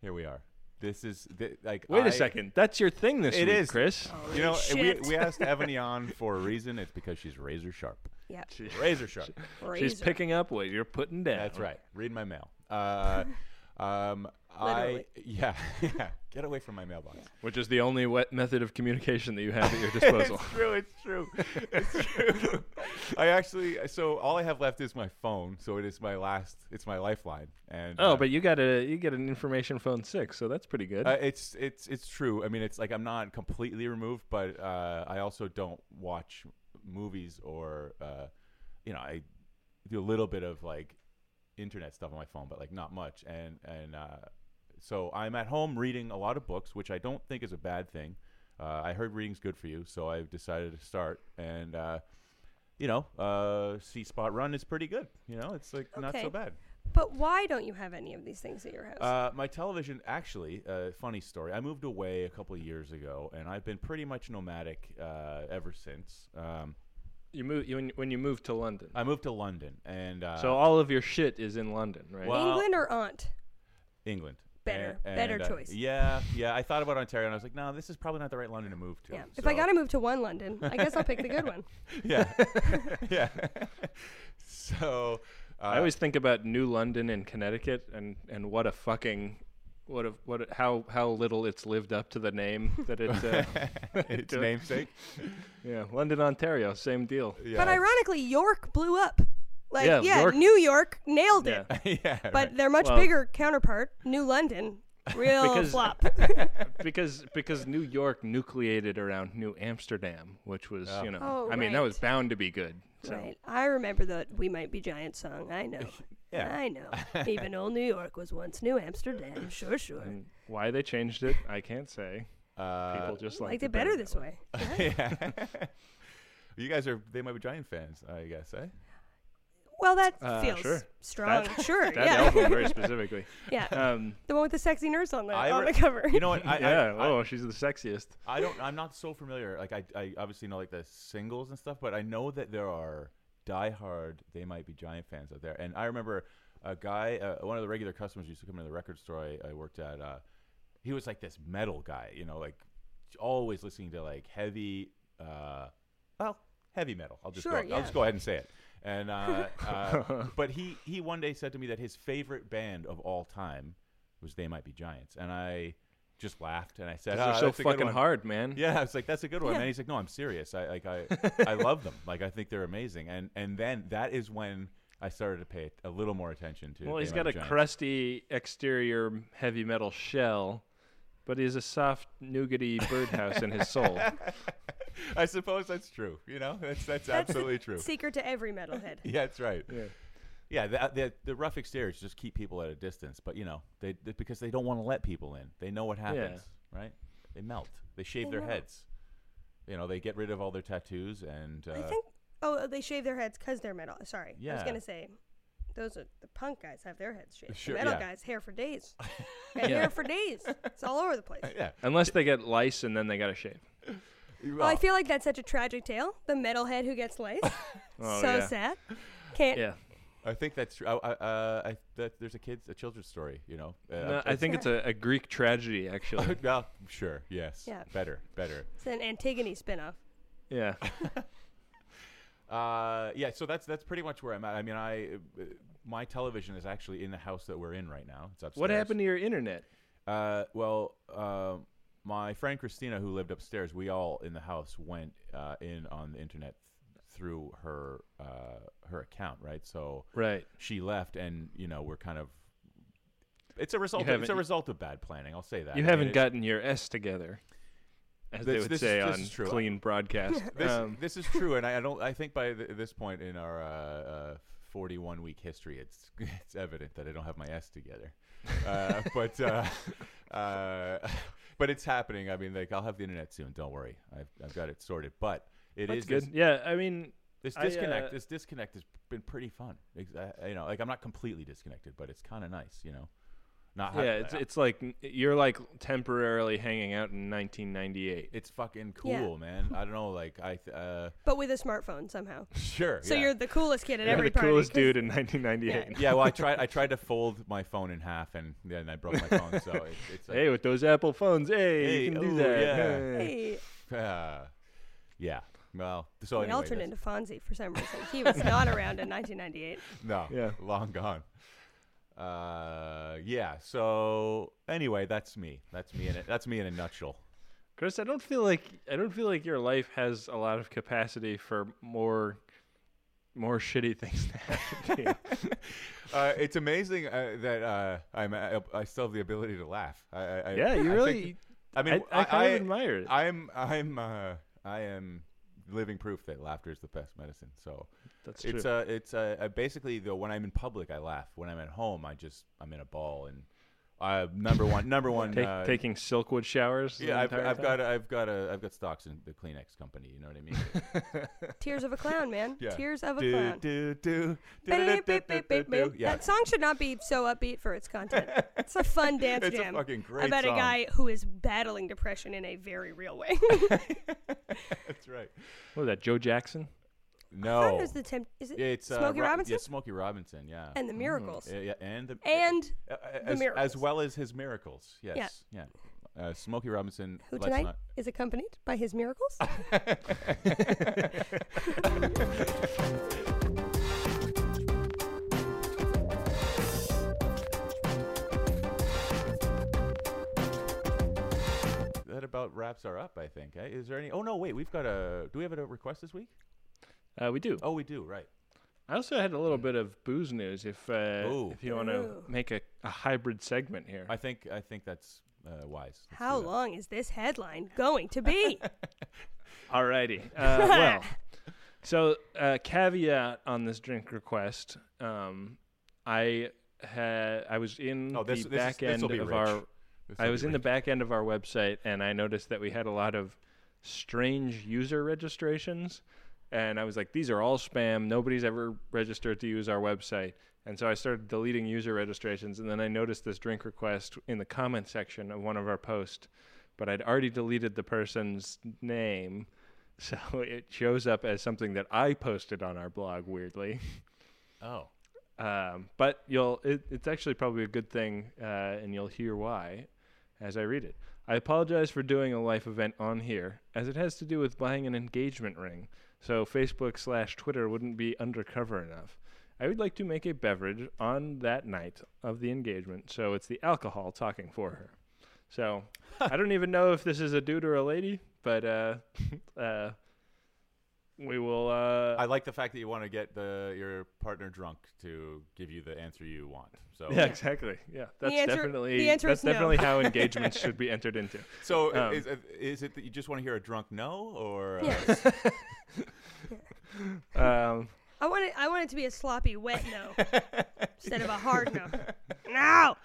S3: here we are. This is th- like.
S4: Wait
S3: a
S4: a second, that's your thing this
S3: It
S4: week,
S3: is.
S4: Chris.
S5: Oh.
S3: You know,
S5: Shit.
S3: we we <laughs> asked Ebony on for a reason. It's because she's razor sharp.
S5: Yeah.
S3: Razor <laughs> sharp.
S4: She's
S5: Razor.
S4: picking up what you're putting down.
S3: That's right. Read my mail. <laughs> Uh, um, I
S5: Literally.
S3: yeah <laughs> yeah. Get away from my mailbox.
S4: Which is the only wet method of communication that you have
S3: <laughs>
S4: at your disposal.
S3: It's true. It's <laughs> true. It's true. I actually, so all I have left is my phone. So it is my last. It's my lifeline. And
S4: oh,
S3: uh,
S4: but you got a you get an information phone six, so that's pretty good.
S3: uh, it's it's it's true. I mean, it's like I'm not completely removed, but uh, I also don't watch movies or uh, you know I do a little bit of like internet stuff on my phone, but like not much. And and uh, so I'm at home reading a lot of books, which I don't think is a bad thing. Uh, I heard reading's good for you, so I've decided to start. And uh, you know, uh, C Spot Run is pretty good. You know, it's like not
S5: Okay.
S3: so bad.
S5: But why don't you have any of these things at your house?
S3: Uh, my television, actually, uh, funny story. I moved away a couple of years ago, and I've been pretty much nomadic uh, ever since. Um,
S4: you move you, when you moved to London,
S3: I moved to London and uh,
S4: so all of your shit is in London, right?
S3: Well-
S5: England or aunt?
S3: England.
S5: Better-
S3: A-
S5: better
S3: and, uh,
S5: choice.
S3: Yeah, yeah. I thought about Ontario, and I was like, no, this is probably not the right London to move to.
S5: Yeah. If I
S3: So-
S5: gotta move to one London, I guess I'll pick
S4: <laughs>
S5: the good one.
S3: yeah,
S5: <laughs>
S3: <laughs> yeah. so uh,
S4: I always think about New London in Connecticut, and and what a fucking what a what a, how how little it's lived up to the name that it.
S3: <laughs>
S4: Uh,
S3: its
S4: don't-
S3: namesake.
S4: yeah, London, Ontario, same deal.
S3: <laughs> Yeah.
S5: But ironically, York blew up. Like yeah,
S4: Yeah, York-
S5: New York nailed
S4: Yeah,
S5: it.
S3: <laughs> yeah,
S5: But their much
S4: Well-
S5: bigger counterpart, New London,
S4: <laughs>
S5: real
S4: Because- <laughs>
S5: flop.
S4: because because New York nucleated around New Amsterdam, which was you know
S5: Oh,
S4: I mean that was
S5: right.
S4: bound to be good. So
S5: Right. I remember the "We Might Be Giants" song. I know.
S3: Yeah.
S5: I know. Even old New York was once New Amsterdam. Sure, sure.
S4: and why they changed it, I can't say.
S3: uh,
S4: People just like
S5: like
S4: to
S5: it better
S4: bend
S5: this
S4: that
S5: way.
S3: <laughs> yeah. <laughs> you guys are. They might be giant fans. I guess.
S5: <laughs>
S3: Eh?
S5: Well, that
S4: Uh,
S5: feels
S4: sure.
S5: strong. sure.
S4: That
S5: yeah.
S4: album
S5: <laughs>
S4: very specifically.
S5: yeah.
S4: Um,
S5: The one with the sexy nurse on the
S3: I
S5: on
S3: re-
S5: the
S3: <laughs>
S5: cover.
S3: You know what? I,
S4: yeah.
S3: I, I,
S4: oh, she's the sexiest.
S3: I don't. I'm not so familiar. Like I, I obviously know like the singles and stuff, but I know that there are diehard. They might be giant fans out there. And I remember a guy, uh, one of the regular customers, used to come into the record store I, I worked at. Uh, he was like this metal guy, you know, like always listening to like heavy, uh, well, heavy metal. I'll just
S5: Sure,
S3: go,
S5: yeah.
S3: I'll just go ahead and say it. And
S4: <laughs>
S3: uh, uh, but he he one day said to me that his favorite band of all time was They Might Be Giants, and I just laughed and I said,
S4: They're
S3: "Ah,
S4: so
S3: that's a good
S4: fucking
S3: one."
S4: hard, man.
S3: Yeah, I was like, that's a good one.
S5: Yeah.
S3: And he's like, no, I'm serious. I like I I love them. Like I think they're amazing. And and then that is when I started to pay a little more attention to.
S4: Well,
S3: They
S4: he's
S3: Might
S4: got
S3: Be
S4: a
S3: Giants.
S4: crusty exterior m- heavy metal shell, but he's a soft nougaty birdhouse in his
S3: <laughs>
S4: soul.
S3: I suppose that's true. You know, that's that's,
S5: That's the
S3: absolutely true.
S5: Secret to every metalhead.
S3: Yeah, that's right. Yeah. Yeah, the, the, the rough exteriors just keep people at a distance, but you know, they, they- because they don't want to let people in. They know what happens, right? They melt. They shave
S5: They
S3: their
S5: melt.
S3: heads. you know, they get rid of all their tattoos and uh,
S5: I think. Oh, they shave their heads because they're metal. Sorry, I was
S3: Yeah.
S5: gonna say, those are the punk guys have their heads shaved.
S3: Sure,
S5: the metal
S3: yeah.
S5: guys hair for days. They have hair for days. It's all over the place.
S3: <laughs>
S5: Oh,
S3: yeah.
S4: Unless they get lice and then they got to shave.
S5: Well, I feel like that's such a tragic tale. The metalhead who gets lice.
S4: Oh,
S5: so
S4: yeah.
S5: sad. Can't.
S4: Yeah.
S3: I think that's true. I, I, uh, I, that, there's a kids, a children's story, you know. Uh,
S4: No, I think it's a, a Greek tragedy, actually.
S3: <laughs> well, sure, yes,
S5: Yeah.
S3: better, better.
S5: It's an Antigone spinoff.
S3: <laughs>
S4: yeah.
S3: Uh, yeah, so that's that's pretty much where I'm at. I mean, I uh, my television is actually in the house that we're in right now. It's upstairs.
S4: What happened to your internet?
S3: Uh, well, um, my friend Christina, who lived upstairs, we all in the house went uh, in on the internet th- through her uh, her account, right? So
S4: Right.
S3: she left, and you know we're kind of it's a result.
S4: You
S3: Of, it's a
S4: haven't-
S3: result of bad planning. I'll say that.
S4: You
S3: I mean,
S4: haven't
S3: it-
S4: gotten your S together, as
S3: This-
S4: they would
S3: this is-
S4: say
S3: this
S4: on
S3: is true.
S4: clean broadcast.
S3: <laughs> This,
S4: um,
S3: this is true, and I, I don't. I think by th- this point in our uh, uh, 41 week history, it's <laughs> it's evident that I don't have my S together. Uh, <laughs> but uh, uh, <laughs> but it's happening. I mean, like I'll have the internet soon. Don't worry, I've, I've got it sorted. But it
S4: that's
S3: is
S4: good. Yeah, I mean,
S3: This,
S4: I,
S3: this disconnect.
S4: uh,
S3: this disconnect has been pretty fun. Ex- I- you know, like I'm not completely disconnected, but it's kind of nice. You know, not ha-
S4: yeah, it's,
S3: uh,
S4: it's like n- you're like temporarily hanging out in 1998.
S3: it's fucking cool,
S5: Yeah.
S3: man. I don't know, like I th-
S5: <laughs>
S3: uh,
S5: But with a smartphone somehow.
S3: sure.
S5: So
S3: yeah.
S5: you're the coolest kid at
S4: You're
S5: every
S4: <laughs> the
S5: party.
S4: coolest
S5: 'cause-
S4: dude in 1998.
S3: yeah, well, I tried. I tried to fold my phone in half, and then I broke my phone. So it, it's like,
S4: Hey, with those Apple phones, hey,
S3: Hey,
S4: you can do
S3: ooh,
S4: that.
S3: yeah.
S4: Hey.
S5: <laughs> Hey,
S3: uh, yeah. Well, so
S5: we
S3: anyway,
S5: all turned into
S3: that's-
S5: Fonzie for some reason. He was not around in 1998.
S3: no,
S4: Yeah.
S3: <laughs> long gone. Uh, yeah. So anyway, that's me. That's me in it. That's me in a nutshell.
S4: Chris, I don't feel like I don't feel like your life has a lot of capacity for more more shitty things to happen to you.
S3: Uh, it's amazing uh, that uh, I'm I, I still have the ability to laugh. I, I, I-
S4: <laughs> Yeah, you
S3: I
S4: really.
S3: think- I
S4: I,
S3: mean,
S4: I, kind of admire it.
S3: I'm I'm uh, I am living proof that laughter is the best medicine. So
S4: That's true.
S3: it's uh it's uh uh, basically though when I'm in public I laugh. When I'm at home I just I'm in a ball and uh number one
S5: <laughs>
S3: number one
S4: Take,
S3: uh,
S4: taking silkwood showers. the
S3: yeah I've,
S4: entire
S3: I've
S4: time?
S3: got a, I've got a I've got stocks in the Kleenex company. You know what I
S5: <laughs>
S3: mean?
S5: Tears of a clown, man.
S3: Yeah.
S5: Tears of a
S3: do,
S5: clown.
S3: do, do, do, do,
S5: Beep,
S3: do,
S5: beep,
S3: do,
S5: beep, beep,
S3: do.
S5: beep.
S3: Yeah, <laughs>
S5: That song should not be so upbeat for its content. It's a fun dance
S3: It's a
S5: jam
S3: fucking great
S5: about
S3: song.
S5: a guy who is battling depression in a very real way. <laughs>
S3: that's right.
S4: What was that? Joe Jackson.
S5: That
S3: No,
S5: was the temp- is it
S3: Oh. it's uh,
S5: Smokey
S3: Ro-
S5: Robinson?
S3: Yeah, Smokey Robinson. Yeah,
S5: and the miracles
S3: Uh, yeah, yeah, and the
S5: and
S3: uh, as, as
S5: miracles.
S3: well as his miracles. Yes, yeah. Uh, Smokey Robinson.
S5: who
S3: let's
S5: tonight <laughs>
S3: not-
S5: is accompanied by
S3: <laughs>
S5: his miracles.
S3: That about wraps her up, I think. eh? Is there any? Oh no, wait. We've got a. Do we have a request this week?
S4: Uh, we do.
S3: Oh, we do. Right.
S4: I also had a little bit of booze news. If uh,
S3: Ooh.
S4: if you want to
S5: Ooh.
S4: make a, a hybrid segment here,
S3: I think. I think that's uh, wise. Let's
S5: How
S3: do that.
S5: long is this headline going to be?
S4: Alrighty.
S3: <laughs>
S4: Uh, well, so uh, caveat on this drink request. Um, I had I was in
S3: Oh, this-
S4: the
S3: this is-
S4: back
S3: this'll be
S4: end of
S3: rich.
S4: our.
S3: This
S4: I
S3: will
S4: was
S3: be
S4: in the
S3: great.
S4: back end of our website, and I noticed that we had a lot of strange user registrations. And I was like, these are all spam. Nobody's ever registered to use our website. And so I started deleting user registrations. And then I noticed this drink request in the comment section of one of our posts, but I'd already deleted the person's name. <laughs> So it shows up as something that I posted on our blog, weirdly.
S3: Oh.
S4: Um, but you'll it, it's actually probably a good thing, uh, and you'll hear why as I read it. I apologize for doing a life event on here, as it has to do with buying an engagement ring, so Facebook slash Twitter wouldn't be undercover enough. I would like to make a beverage on that night of the engagement, so it's the alcohol talking for her. So I don't even know if this is a dude or a lady, but uh, <laughs> uh, we will. Uh,
S3: I like the fact that you want to get the your partner drunk to give you the answer you want. So
S4: Yeah, exactly. Yeah, that's
S5: answer-
S4: definitely
S5: Oh, the answer
S4: that's
S5: is no.
S4: definitely
S5: <laughs>
S4: how engagements should be entered into.
S3: So i-
S4: Um,
S3: is, is it that you just want to hear a drunk no or? Uh,
S5: yes. <laughs>
S4: Um, <laughs>
S5: I want it. I want it to be a sloppy wet no instead of a hard
S4: <laughs>
S5: no. No.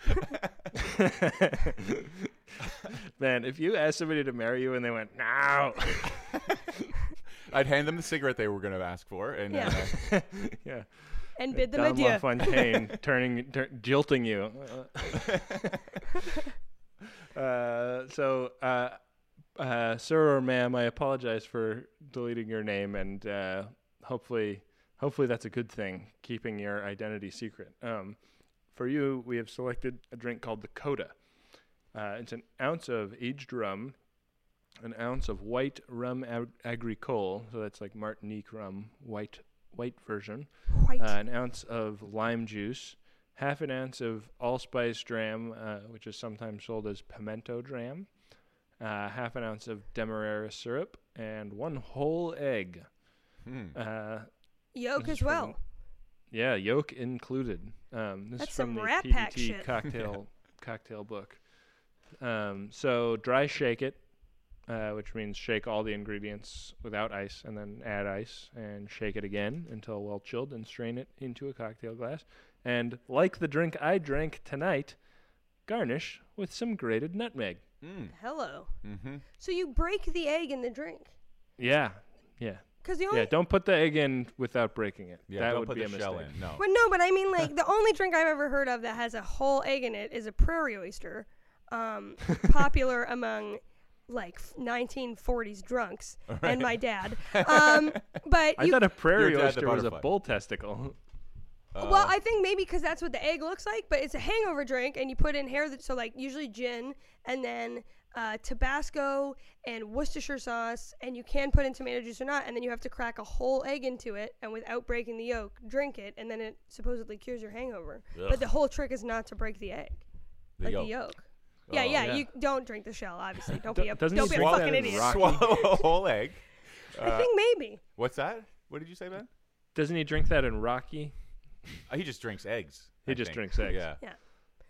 S4: man, if you asked somebody to marry you and they went no,
S3: <laughs>
S4: <laughs>
S3: I'd hand them the cigarette they were going to ask for, and
S5: Yeah.
S3: uh,
S4: yeah.
S5: and bid them
S4: Don
S5: adieu. <laughs>
S4: LaFontaine turning, tur- jilting you. uh, so, uh, uh, sir or ma'am, I apologize for deleting your name, and uh, hopefully, hopefully that's a good thing, keeping your identity secret. Um, for you, we have selected a drink called the Coda. Uh, it's an ounce of aged rum, an ounce of white rum ag- agricole, so that's like Martinique rum, white white version,
S5: White.
S4: uh, an ounce of lime juice, half an ounce of allspice dram, uh, which is sometimes sold as pimento dram, uh, half an ounce of demerara syrup, and one whole egg.
S3: hmm.
S4: Uh,
S5: Yolk
S4: this is
S5: as
S4: from-
S5: well.
S4: yeah, yolk included. Um, this
S5: That's
S4: is from
S5: some
S4: the
S5: Rat
S4: PDT
S5: Pack
S3: <laughs>
S5: shit.
S4: cocktail cocktail book. Um, so dry shake it, uh, which means shake all the ingredients without ice, and then add ice and shake it again until well chilled, and strain it into a cocktail glass. And like the drink I drank tonight, garnish with some grated nutmeg.
S3: Mm.
S5: Hello.
S3: Mm-hmm.
S5: So you break the egg in the drink.
S4: Yeah, yeah,
S5: Because the only.
S4: yeah. Don't put the egg in without breaking it.
S3: Yeah,
S4: that
S3: don't
S4: would
S3: put
S4: be
S3: the
S4: a mistake.
S3: shell in. No,
S5: <laughs> Well, no, but I mean, like, the only drink I've ever heard of that has a whole egg in it is a prairie oyster,
S4: <laughs>
S5: um, popular among like f- 1940s drunks and
S4: <laughs>
S5: my dad. Um, but
S4: I
S5: you,
S4: thought a prairie
S3: dad the
S4: oyster was a
S3: butterfly.
S4: bull testicle. <laughs>
S5: well, I think maybe because that's what the egg looks like, but it's a hangover drink, and you put in hair that so like usually gin and then uh, Tabasco and Worcestershire sauce, and you can put in tomato juice or not, and then you have to crack a whole egg into it, and without breaking the yolk, drink it, and then it supposedly cures your hangover. But the whole trick is not to break the egg,
S3: the
S5: like
S3: yolk.
S5: the yolk. Yeah,
S3: Oh.
S5: yeah,
S4: Yeah.
S5: You don't drink the shell, obviously. Don't
S4: Do-
S5: be a
S4: doesn't
S5: don't
S4: he
S5: be a
S4: swallow
S5: fucking
S4: that in
S5: idiot.
S4: rock?
S3: Swallow a whole
S5: <laughs>
S3: egg. Uh,
S5: I think maybe.
S3: What's that? What did you say, Ben?
S4: Doesn't he drink that in Rocky?
S3: Uh, he just drinks eggs.
S4: He
S3: I
S4: just
S3: think.
S4: drinks eggs.
S3: Yeah.
S4: Yeah.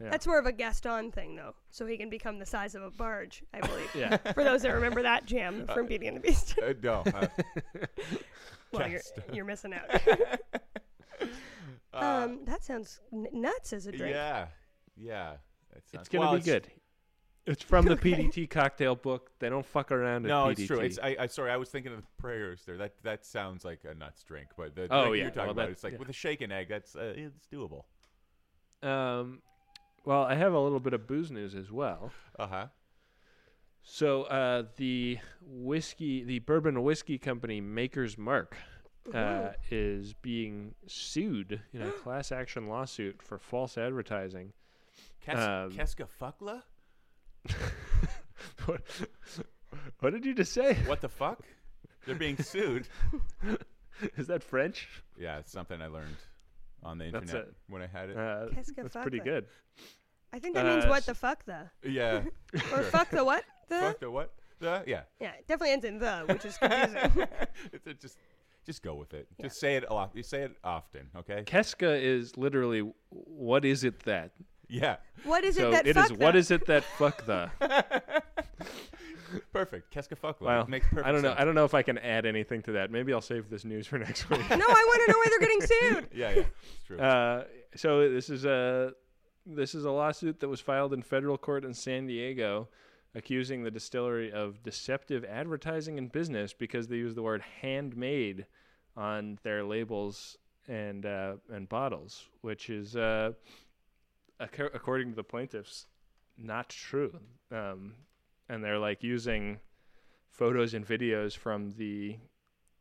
S5: That's more of a Gaston thing, though, so he can become the size of a barge, I believe.
S4: Yeah.
S5: For those that remember that jam from Beauty and the Beast. <laughs>
S3: Uh, no. uh,
S5: well, you're, you're
S4: <laughs>
S5: missing out.
S4: Uh,
S5: um, that sounds n- nuts as a drink.
S3: yeah. Yeah. That sounds-
S4: <laughs> It's gonna
S3: well,
S4: be good. It's
S3: <laughs>
S4: from the PDT cocktail book. They don't fuck around. at
S3: No,
S4: PDT.
S3: it's true. It's I, I sorry, I was thinking of the prayers there. That that sounds like a nuts drink, but the
S4: Oh,
S3: drink
S4: yeah.
S3: you're talking
S4: Well,
S3: about,
S4: that-
S3: it's like
S4: yeah.
S3: with a shaken egg. That's uh, it's doable.
S4: um, well, I have a little bit of booze news as well.
S3: Uh huh.
S4: So uh, the whiskey, the bourbon whiskey company Maker's Mark, uh, is being sued in a class action lawsuit for false advertising. <laughs>
S3: Kes-
S4: Um,
S3: Keska fuckla?
S4: what, what did you just say?
S3: What the fuck? They're being
S4: <laughs>
S3: sued.
S4: Is that French?
S3: Yeah, it's something I learned on the
S4: That's
S3: internet
S4: it.
S3: when I had it.
S4: Uh,
S5: Qu'est-ce que
S4: that's pretty
S5: fuck?
S4: good.
S5: I think that means
S4: Uh,
S5: what
S4: s-
S5: the fuck, the.
S4: <laughs>
S3: yeah.
S5: Or fuck the what? The?
S3: fuck the what? The yeah.
S5: Yeah, it definitely ends in the, which is
S4: <laughs>
S5: confusing. <laughs>
S3: It's a- just just go with it. Just say it a lot. You say it often, okay?
S4: Keska is literally what is it that?
S3: Yeah.
S5: what is
S4: so
S5: it that
S4: it
S5: fuck
S4: is what
S5: the?
S4: is it that
S3: <laughs>
S4: fuck the?
S3: Perfect. Keska fuckla.
S4: Well,
S3: It makes perfect
S4: I don't know.
S3: sense.
S4: I don't know if I can add anything to that. Maybe I'll save this news for next week.
S5: <laughs> No, I want to know why
S4: <laughs>
S5: they're getting sued.
S3: yeah, yeah. It's true.
S4: uh, so this is a this is a lawsuit that was filed in federal court in San Diego, accusing the distillery of deceptive advertising and business because they use the word handmade on their labels and uh, and bottles, which is uh, acco- according to the plaintiffs not true. Um, and they're like using photos and videos from the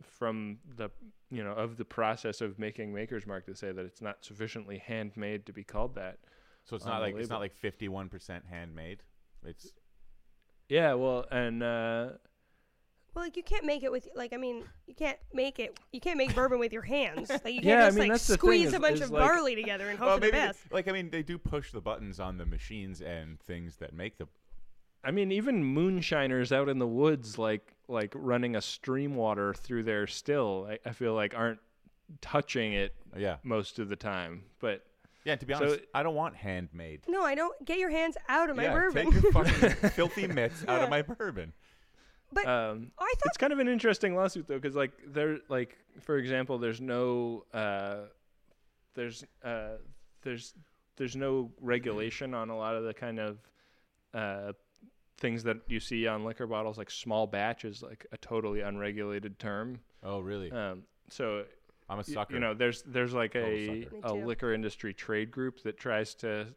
S4: from the you know of the process of making maker's mark to say that it's not sufficiently handmade to be called that
S3: so it's not like it's not
S4: unbelievable.
S3: like fifty one percent handmade. It's
S4: yeah well and uh
S5: Well, like you can't make it with like I mean you can't make it you can't make bourbon with your hands. Like you can't
S4: Yeah, I
S5: just
S4: mean,
S5: like
S4: that's the thing
S5: squeeze
S4: is-
S5: a bunch
S4: is,
S5: of
S4: like-
S5: barley together and hope for the
S3: they-
S5: best.
S3: like I mean they do push the buttons on the machines and things that make the
S4: i mean even moonshiners out in the woods like like running a stream water through their still i, I feel like aren't touching it
S3: yeah
S4: most of the time but
S3: yeah. To be
S4: So-
S3: honest, I don't want handmade.
S5: No, I don't get your hands out of my
S3: yeah,
S5: bourbon. <laughs>
S3: take your fucking filthy mitts out of my bourbon.
S4: um
S5: Oh, I thought
S4: it's kind of an interesting lawsuit though because like there like for example there's no uh there's uh there's there's no regulation on a lot of the kind of uh things that you see on liquor bottles, like small batch, is like a totally unregulated term.
S3: Oh, really?
S5: Uh,
S4: Um, so
S3: I'm a
S4: y-
S3: sucker.
S4: you know, there's there's like
S3: Total
S4: a
S3: sucker.
S5: Me
S4: a
S5: too.
S4: liquor industry trade group that tries to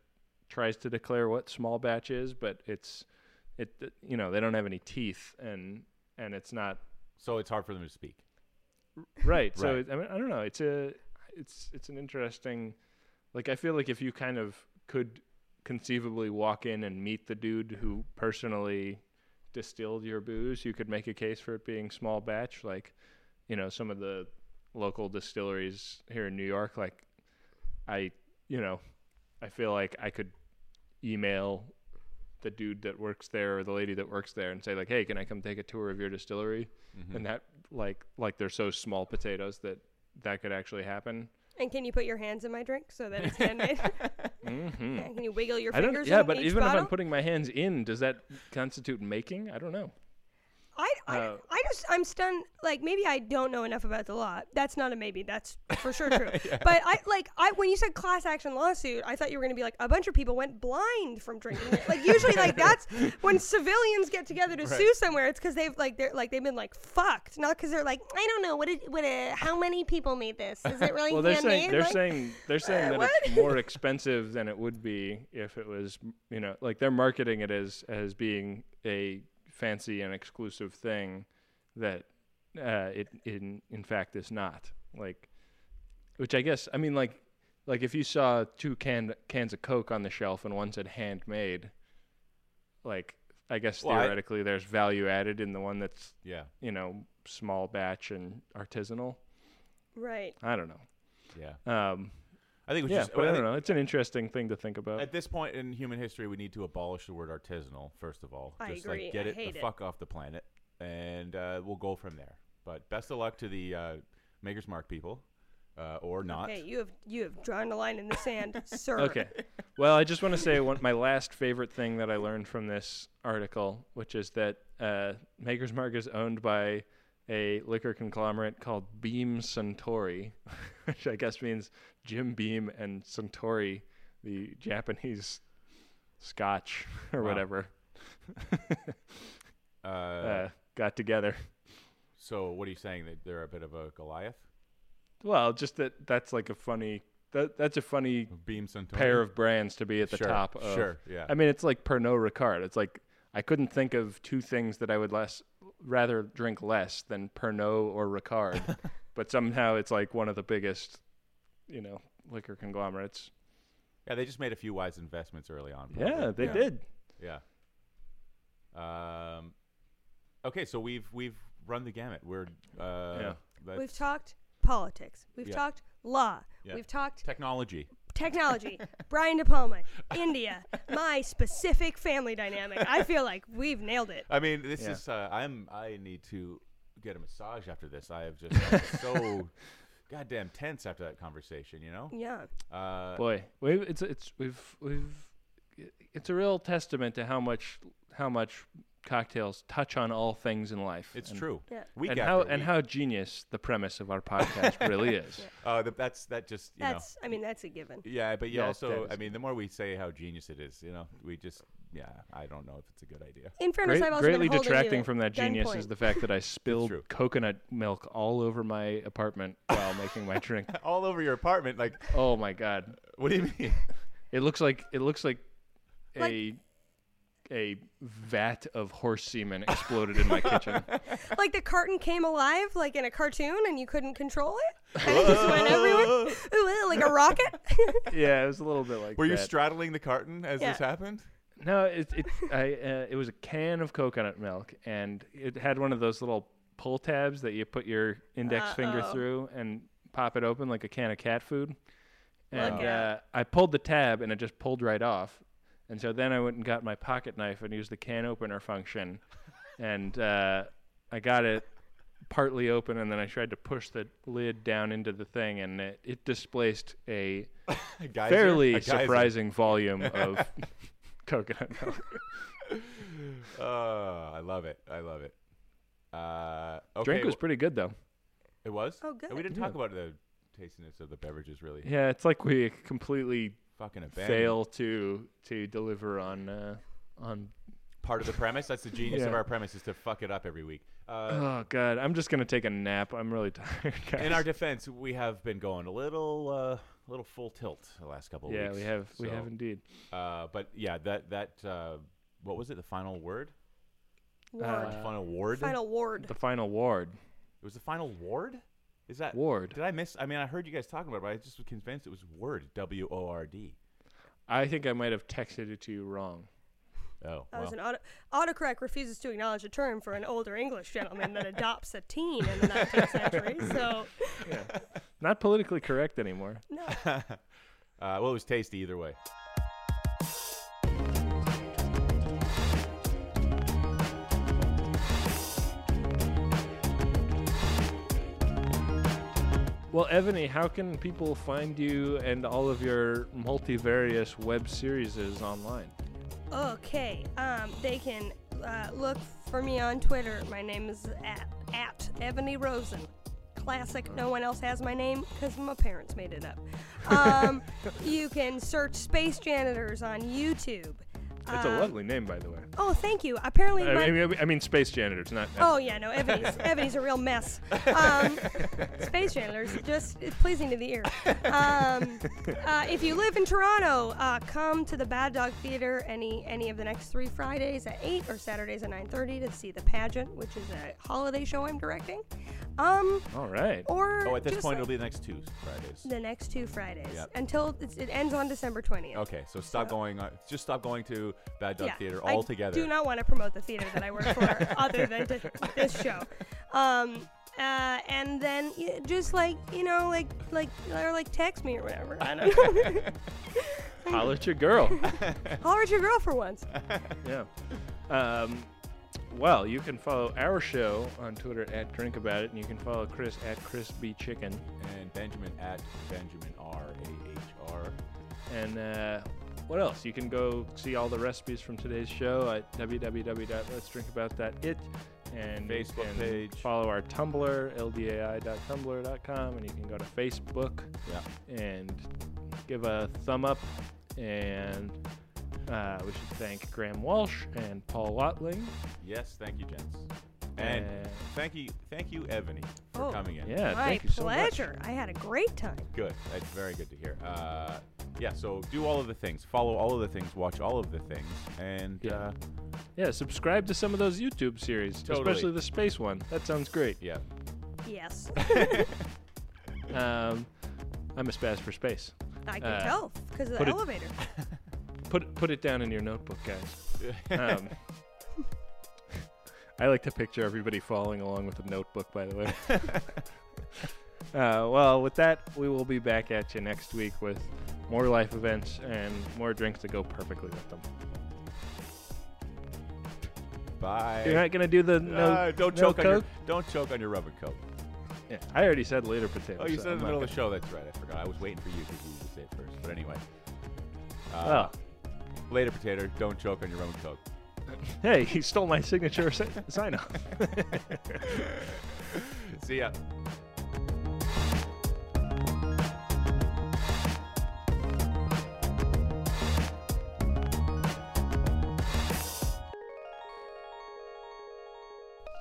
S4: tries to declare what small batch is, but it's it it- you know they don't have any teeth and and it's not
S3: so it's hard for them to speak.
S4: right. So
S3: Right.
S4: it, I mean, I don't know. It's a it's it's an interesting like I feel like if you kind of could conceivably walk in and meet the dude who personally distilled your booze, you could make a case for it being small batch. Like you know some of the local distilleries here in New York. Like I you know I feel like I could email the dude that works there or the lady that works there and say like hey can i come take a tour of your distillery and that like like they're so small potatoes that that could actually happen
S5: And can you put your hands in my drink so that it's handmade?
S4: <laughs> mm-hmm.
S5: can you wiggle your
S4: i don't
S5: fingers?
S4: yeah
S5: in
S4: but
S5: each
S4: even if
S5: bottle?
S4: i'm putting my hands in does that constitute making i don't know
S5: I, I,
S4: Uh,
S5: I just I'm stunned. Like maybe I don't know enough about the law. That's not a maybe. That's for
S4: <laughs>
S5: sure true. But I like I when you said class action lawsuit, I thought you were gonna be like a bunch of people went blind from drinking. like usually
S4: <laughs>
S5: like that's when civilians get together to sue somewhere. It's because they've like they're like they've been like fucked, not because they're like I don't know what did what uh, how many people made this? Is it really
S4: well they're saying
S5: handmade?
S4: they're
S5: Like-
S4: saying they're saying that it's more expensive than it would be if it was you know like they're marketing it as as being a fancy and exclusive thing that uh, it in in fact is not like which I guess I mean like like if you saw two can cans of Coke on the shelf and one said handmade like I guess
S3: Well, I-
S4: theoretically there's value added in the one that's
S3: Yeah,
S4: you know small batch and artisanal
S5: right.
S4: I don't know
S3: yeah.
S4: um
S3: I think we
S4: yeah,
S3: just.
S4: but I
S3: I
S4: don't
S3: think
S4: know. It's an interesting thing to think about.
S3: At this point in human history, we need to abolish the word artisanal. First of all,
S5: I
S3: just
S5: agree.
S3: like get
S5: I
S3: it
S5: hate
S3: the
S5: it.
S3: fuck off the planet, and uh, we'll go from there. But best of luck to the uh, Maker's Mark people, uh, or not.
S5: Hey, you have you have drawn a line in the sand,
S4: <laughs>
S5: sir.
S4: Okay. Well, I just want to say one, my last favorite thing that I learned from this article, which is that uh, Maker's Mark is owned by a liquor conglomerate called Beam Suntory, <laughs> which I guess means Jim Beam and Suntory, the Japanese scotch <laughs> or
S3: Wow.
S4: whatever,
S3: Uh,
S4: uh, got together.
S3: so what are you saying that they're a bit of a Goliath?
S4: Well, just that that's like a funny that that's a funny
S3: Beam Centauri.
S4: pair of brands to be at the
S3: Sure,
S4: top of.
S3: sure, yeah.
S4: I mean, it's like Pernod Ricard. It's like I couldn't think of two things that I would less rather drink less than Pernod or
S3: <laughs>
S4: Ricard, but somehow it's like one of the biggest, you know, liquor conglomerates.
S3: Yeah, they just made a few wise investments early on.
S4: Yeah,
S3: probably.
S4: they did.
S3: Yeah. Um, okay, so we've we've run the gamut. We're uh,
S4: Yeah.
S3: that's
S5: We've talked politics. We've
S3: Yeah.
S5: talked law.
S3: Yeah.
S5: We've talked
S3: technology.
S5: technology, Brian De Palma, India, my specific family dynamic. I feel like we've nailed it.
S3: I mean, this
S4: Yeah.
S3: is uh, I'm I need to get a massage after this. I have just I'm
S4: <laughs>
S3: so goddamn tense after that conversation. You know.
S5: Yeah.
S3: Uh,
S4: Boy, we it's it's we've we've it's a real testament to how much how much cocktails touch on all things in life.
S3: it's
S4: and,
S3: true.
S5: Yeah.
S3: Week
S4: and
S3: after
S4: how and
S3: week.
S4: how genius the premise of our
S3: <laughs>
S4: podcast really is.
S3: uh, th- that's that just you
S5: That's I mean that's a given.
S3: know yeah, but you
S4: Yeah,
S3: also
S4: that
S3: I
S4: is-
S3: mean the more we say how genius it is, you know, we just yeah I don't know if it's a good
S4: <laughs>
S3: idea.
S5: In fairness,
S4: Great,
S5: I've also
S4: greatly
S5: been holding you
S4: detracting
S5: at
S4: from that genius
S5: gunpoint.
S4: is the fact that I spilled
S3: true.
S4: coconut milk all over my apartment while making my <laughs> drink.
S3: All over your apartment, like
S4: Oh my god!
S3: what do you mean?
S4: It looks like it looks like
S5: Like-
S4: a a vat of horse semen exploded in my kitchen.
S5: like the carton came alive like in a cartoon and you couldn't control it. And it just went everywhere. Ooh, like a rocket.
S4: <laughs> <laughs> Yeah, it was a little bit
S3: <laughs>
S4: like
S3: Were you
S4: that.
S3: straddling the carton as this
S5: Yeah.
S3: happened? <laughs>
S4: No, it it I uh, it was a can of coconut milk, and it had one of those little pull tabs that you put your index finger
S5: Uh-oh.
S4: through and pop it open like a can of cat food. And
S5: Look
S4: uh,
S5: out.
S4: I pulled the tab, and it just pulled right off. And so then I went and got my pocket knife and used the can opener function, and uh, I got it partly open, and then I tried to push the lid down into the thing, and it, it displaced a
S3: A geyser?
S4: fairly
S3: A geyser.
S4: surprising volume of coconut milk.
S3: <laughs> Oh, I love it. I love it. Uh, okay.
S4: Drink was
S3: w-
S4: pretty good though.
S3: it was.
S5: Oh,
S3: We
S5: good.
S3: didn't talk about the tastiness of the beverages. Really,
S4: Yeah, it's like we completely
S3: fucking abandoned.
S4: fail to to deliver on uh, on
S3: part of the premise. That's the genius of
S4: Yeah.
S3: our premise is to fuck it up every week. Uh,
S4: Oh god, I'm just gonna take a nap. I'm really <laughs> tired, guys.
S3: in our defense, we have been going a little, uh, little full tilt the last couple of
S4: yeah,
S3: weeks.
S4: we have we
S3: so,
S4: have indeed.
S3: Uh, but yeah, that that uh, what was it? The final word?
S5: Ward.
S4: Uh,
S3: final word?
S5: Final ward.
S4: The final ward.
S3: It was the final ward. Is that
S4: Ward.
S3: Did I miss? I mean, I heard you guys talking about it, but I just was convinced it was word. W O R D.
S4: I think I might have texted it to you wrong.
S3: Oh,
S5: That was
S3: well.
S5: an auto- autocorrect refuses to acknowledge a term for an older English gentleman that adopts a teen in the 19th
S4: <laughs>
S5: century. So,
S4: Not politically correct anymore.
S5: no.
S3: Uh, well, it was tasty either way.
S4: Well, Ebony, how can people find you and all of your multivarious web series online?
S5: Okay. Um, they can uh, look for me on Twitter. My name is at, at Ebony Rosen. Classic. No one else has my name because my parents made it up.
S4: <laughs>
S5: Um, you can search Space Janitors on YouTube.
S4: That's a lovely name, by the way.
S5: Oh, thank you. Apparently, Uh, my,
S4: I mean, I mean, space janitors, not.
S5: Oh yeah, no, Ebony's Ebony's a real mess. Um, space janitors, just it's pleasing to the ear. Um, uh, if you live in Toronto, uh, come to the Bad Dog Theater any any of the next three Fridays at eight or Saturdays at nine thirty to see the pageant, which is a holiday show I'm directing. Um,
S4: all right.
S5: or
S3: Oh, at this
S5: just
S3: point,
S5: like
S3: it'll be the next two Fridays.
S5: the next two Fridays
S3: Yep.
S5: until it's, it ends on December twentieth.
S3: Okay, so stop going. On, just stop going to Bad Dog Theater
S5: Uh, I
S3: altogether.
S5: do not want to promote the theater that I work for
S3: <laughs>
S5: other than to this show. Um, uh, and then y- just like you know, like like or like text me or whatever. I <laughs> don't know.
S4: Holler at your girl.
S5: Holler at your girl for once.
S4: yeah. Um, well, you can follow our show on Twitter at Drink About It, and you can follow Chris at Chris B Chicken.
S3: and Benjamin at Benjamin R A H R.
S4: And uh, what else? You can go see all the recipes from today's show at www.letsdrinkabout.it and you
S3: Facebook
S4: can
S3: page.
S4: Follow our Tumblr, ldai.tumblr.com, and you can go to Facebook
S3: Yeah.
S4: and give a thumb up. And uh, we should thank Graham Walsh and Paul Watling.
S3: Yes, thank you, gents. And
S4: Uh,
S3: thank you, thank you, Ebony, for
S5: Oh,
S3: coming in.
S4: Yeah,
S5: My
S4: thank you so much.
S5: pleasure. I had a great time.
S3: Good. That's very good to hear. Uh, yeah. So do all of the things. Follow all of the things. Watch all of the things. And
S4: Yeah.
S3: uh,
S4: Yeah, subscribe to some of those YouTube series,
S3: Totally.
S4: especially the space one. That sounds great.
S3: yeah.
S5: Yes,
S3: <laughs>
S4: Um, I'm a spaz for space.
S5: I can
S4: Uh,
S5: tell because of the
S4: put it-
S5: elevator.
S4: Put put it down in your notebook, guys. <laughs> Um, <laughs> I like to picture everybody following along with a notebook. By the
S3: <laughs>
S4: way. uh, well, with that, we will be back at you next week with more life events and more drinks that go perfectly with them.
S3: <laughs> Bye.
S4: You're not gonna do the no.
S3: Uh, don't
S4: no
S3: choke on your
S4: Coke?
S3: don't choke on your rubber coat.
S4: Yeah, I already said later potato.
S3: Oh, you
S4: so
S3: said in
S4: I'm
S3: the
S4: not
S3: middle of
S4: gonna-
S3: the show. That's right. I forgot. I was waiting for you because you to say it first. But anyway. Uh,
S4: Oh.
S3: Later, potato. Don't choke on your own coke.
S4: Hey, he stole my signature si- sign off.
S3: See ya.
S4: <laughs>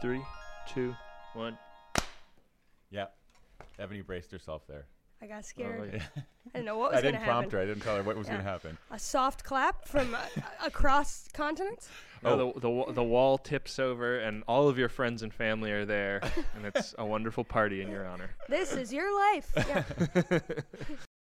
S4: Three, two, one.
S3: Yeah. Ebony braced herself there.
S5: I got
S4: Oh,
S5: scared.
S4: yeah.
S5: I didn't know what was
S3: I
S5: going to
S3: didn't prompt
S5: happen.
S3: her. I didn't tell her what was going
S5: Yeah.
S3: to happen.
S5: A soft clap from uh, across continents.
S4: <laughs> No, the, the wa- the wall tips over, and all of your friends and family are there, and it's a wonderful party in your honor.
S3: <laughs>
S5: This is your life. Yeah.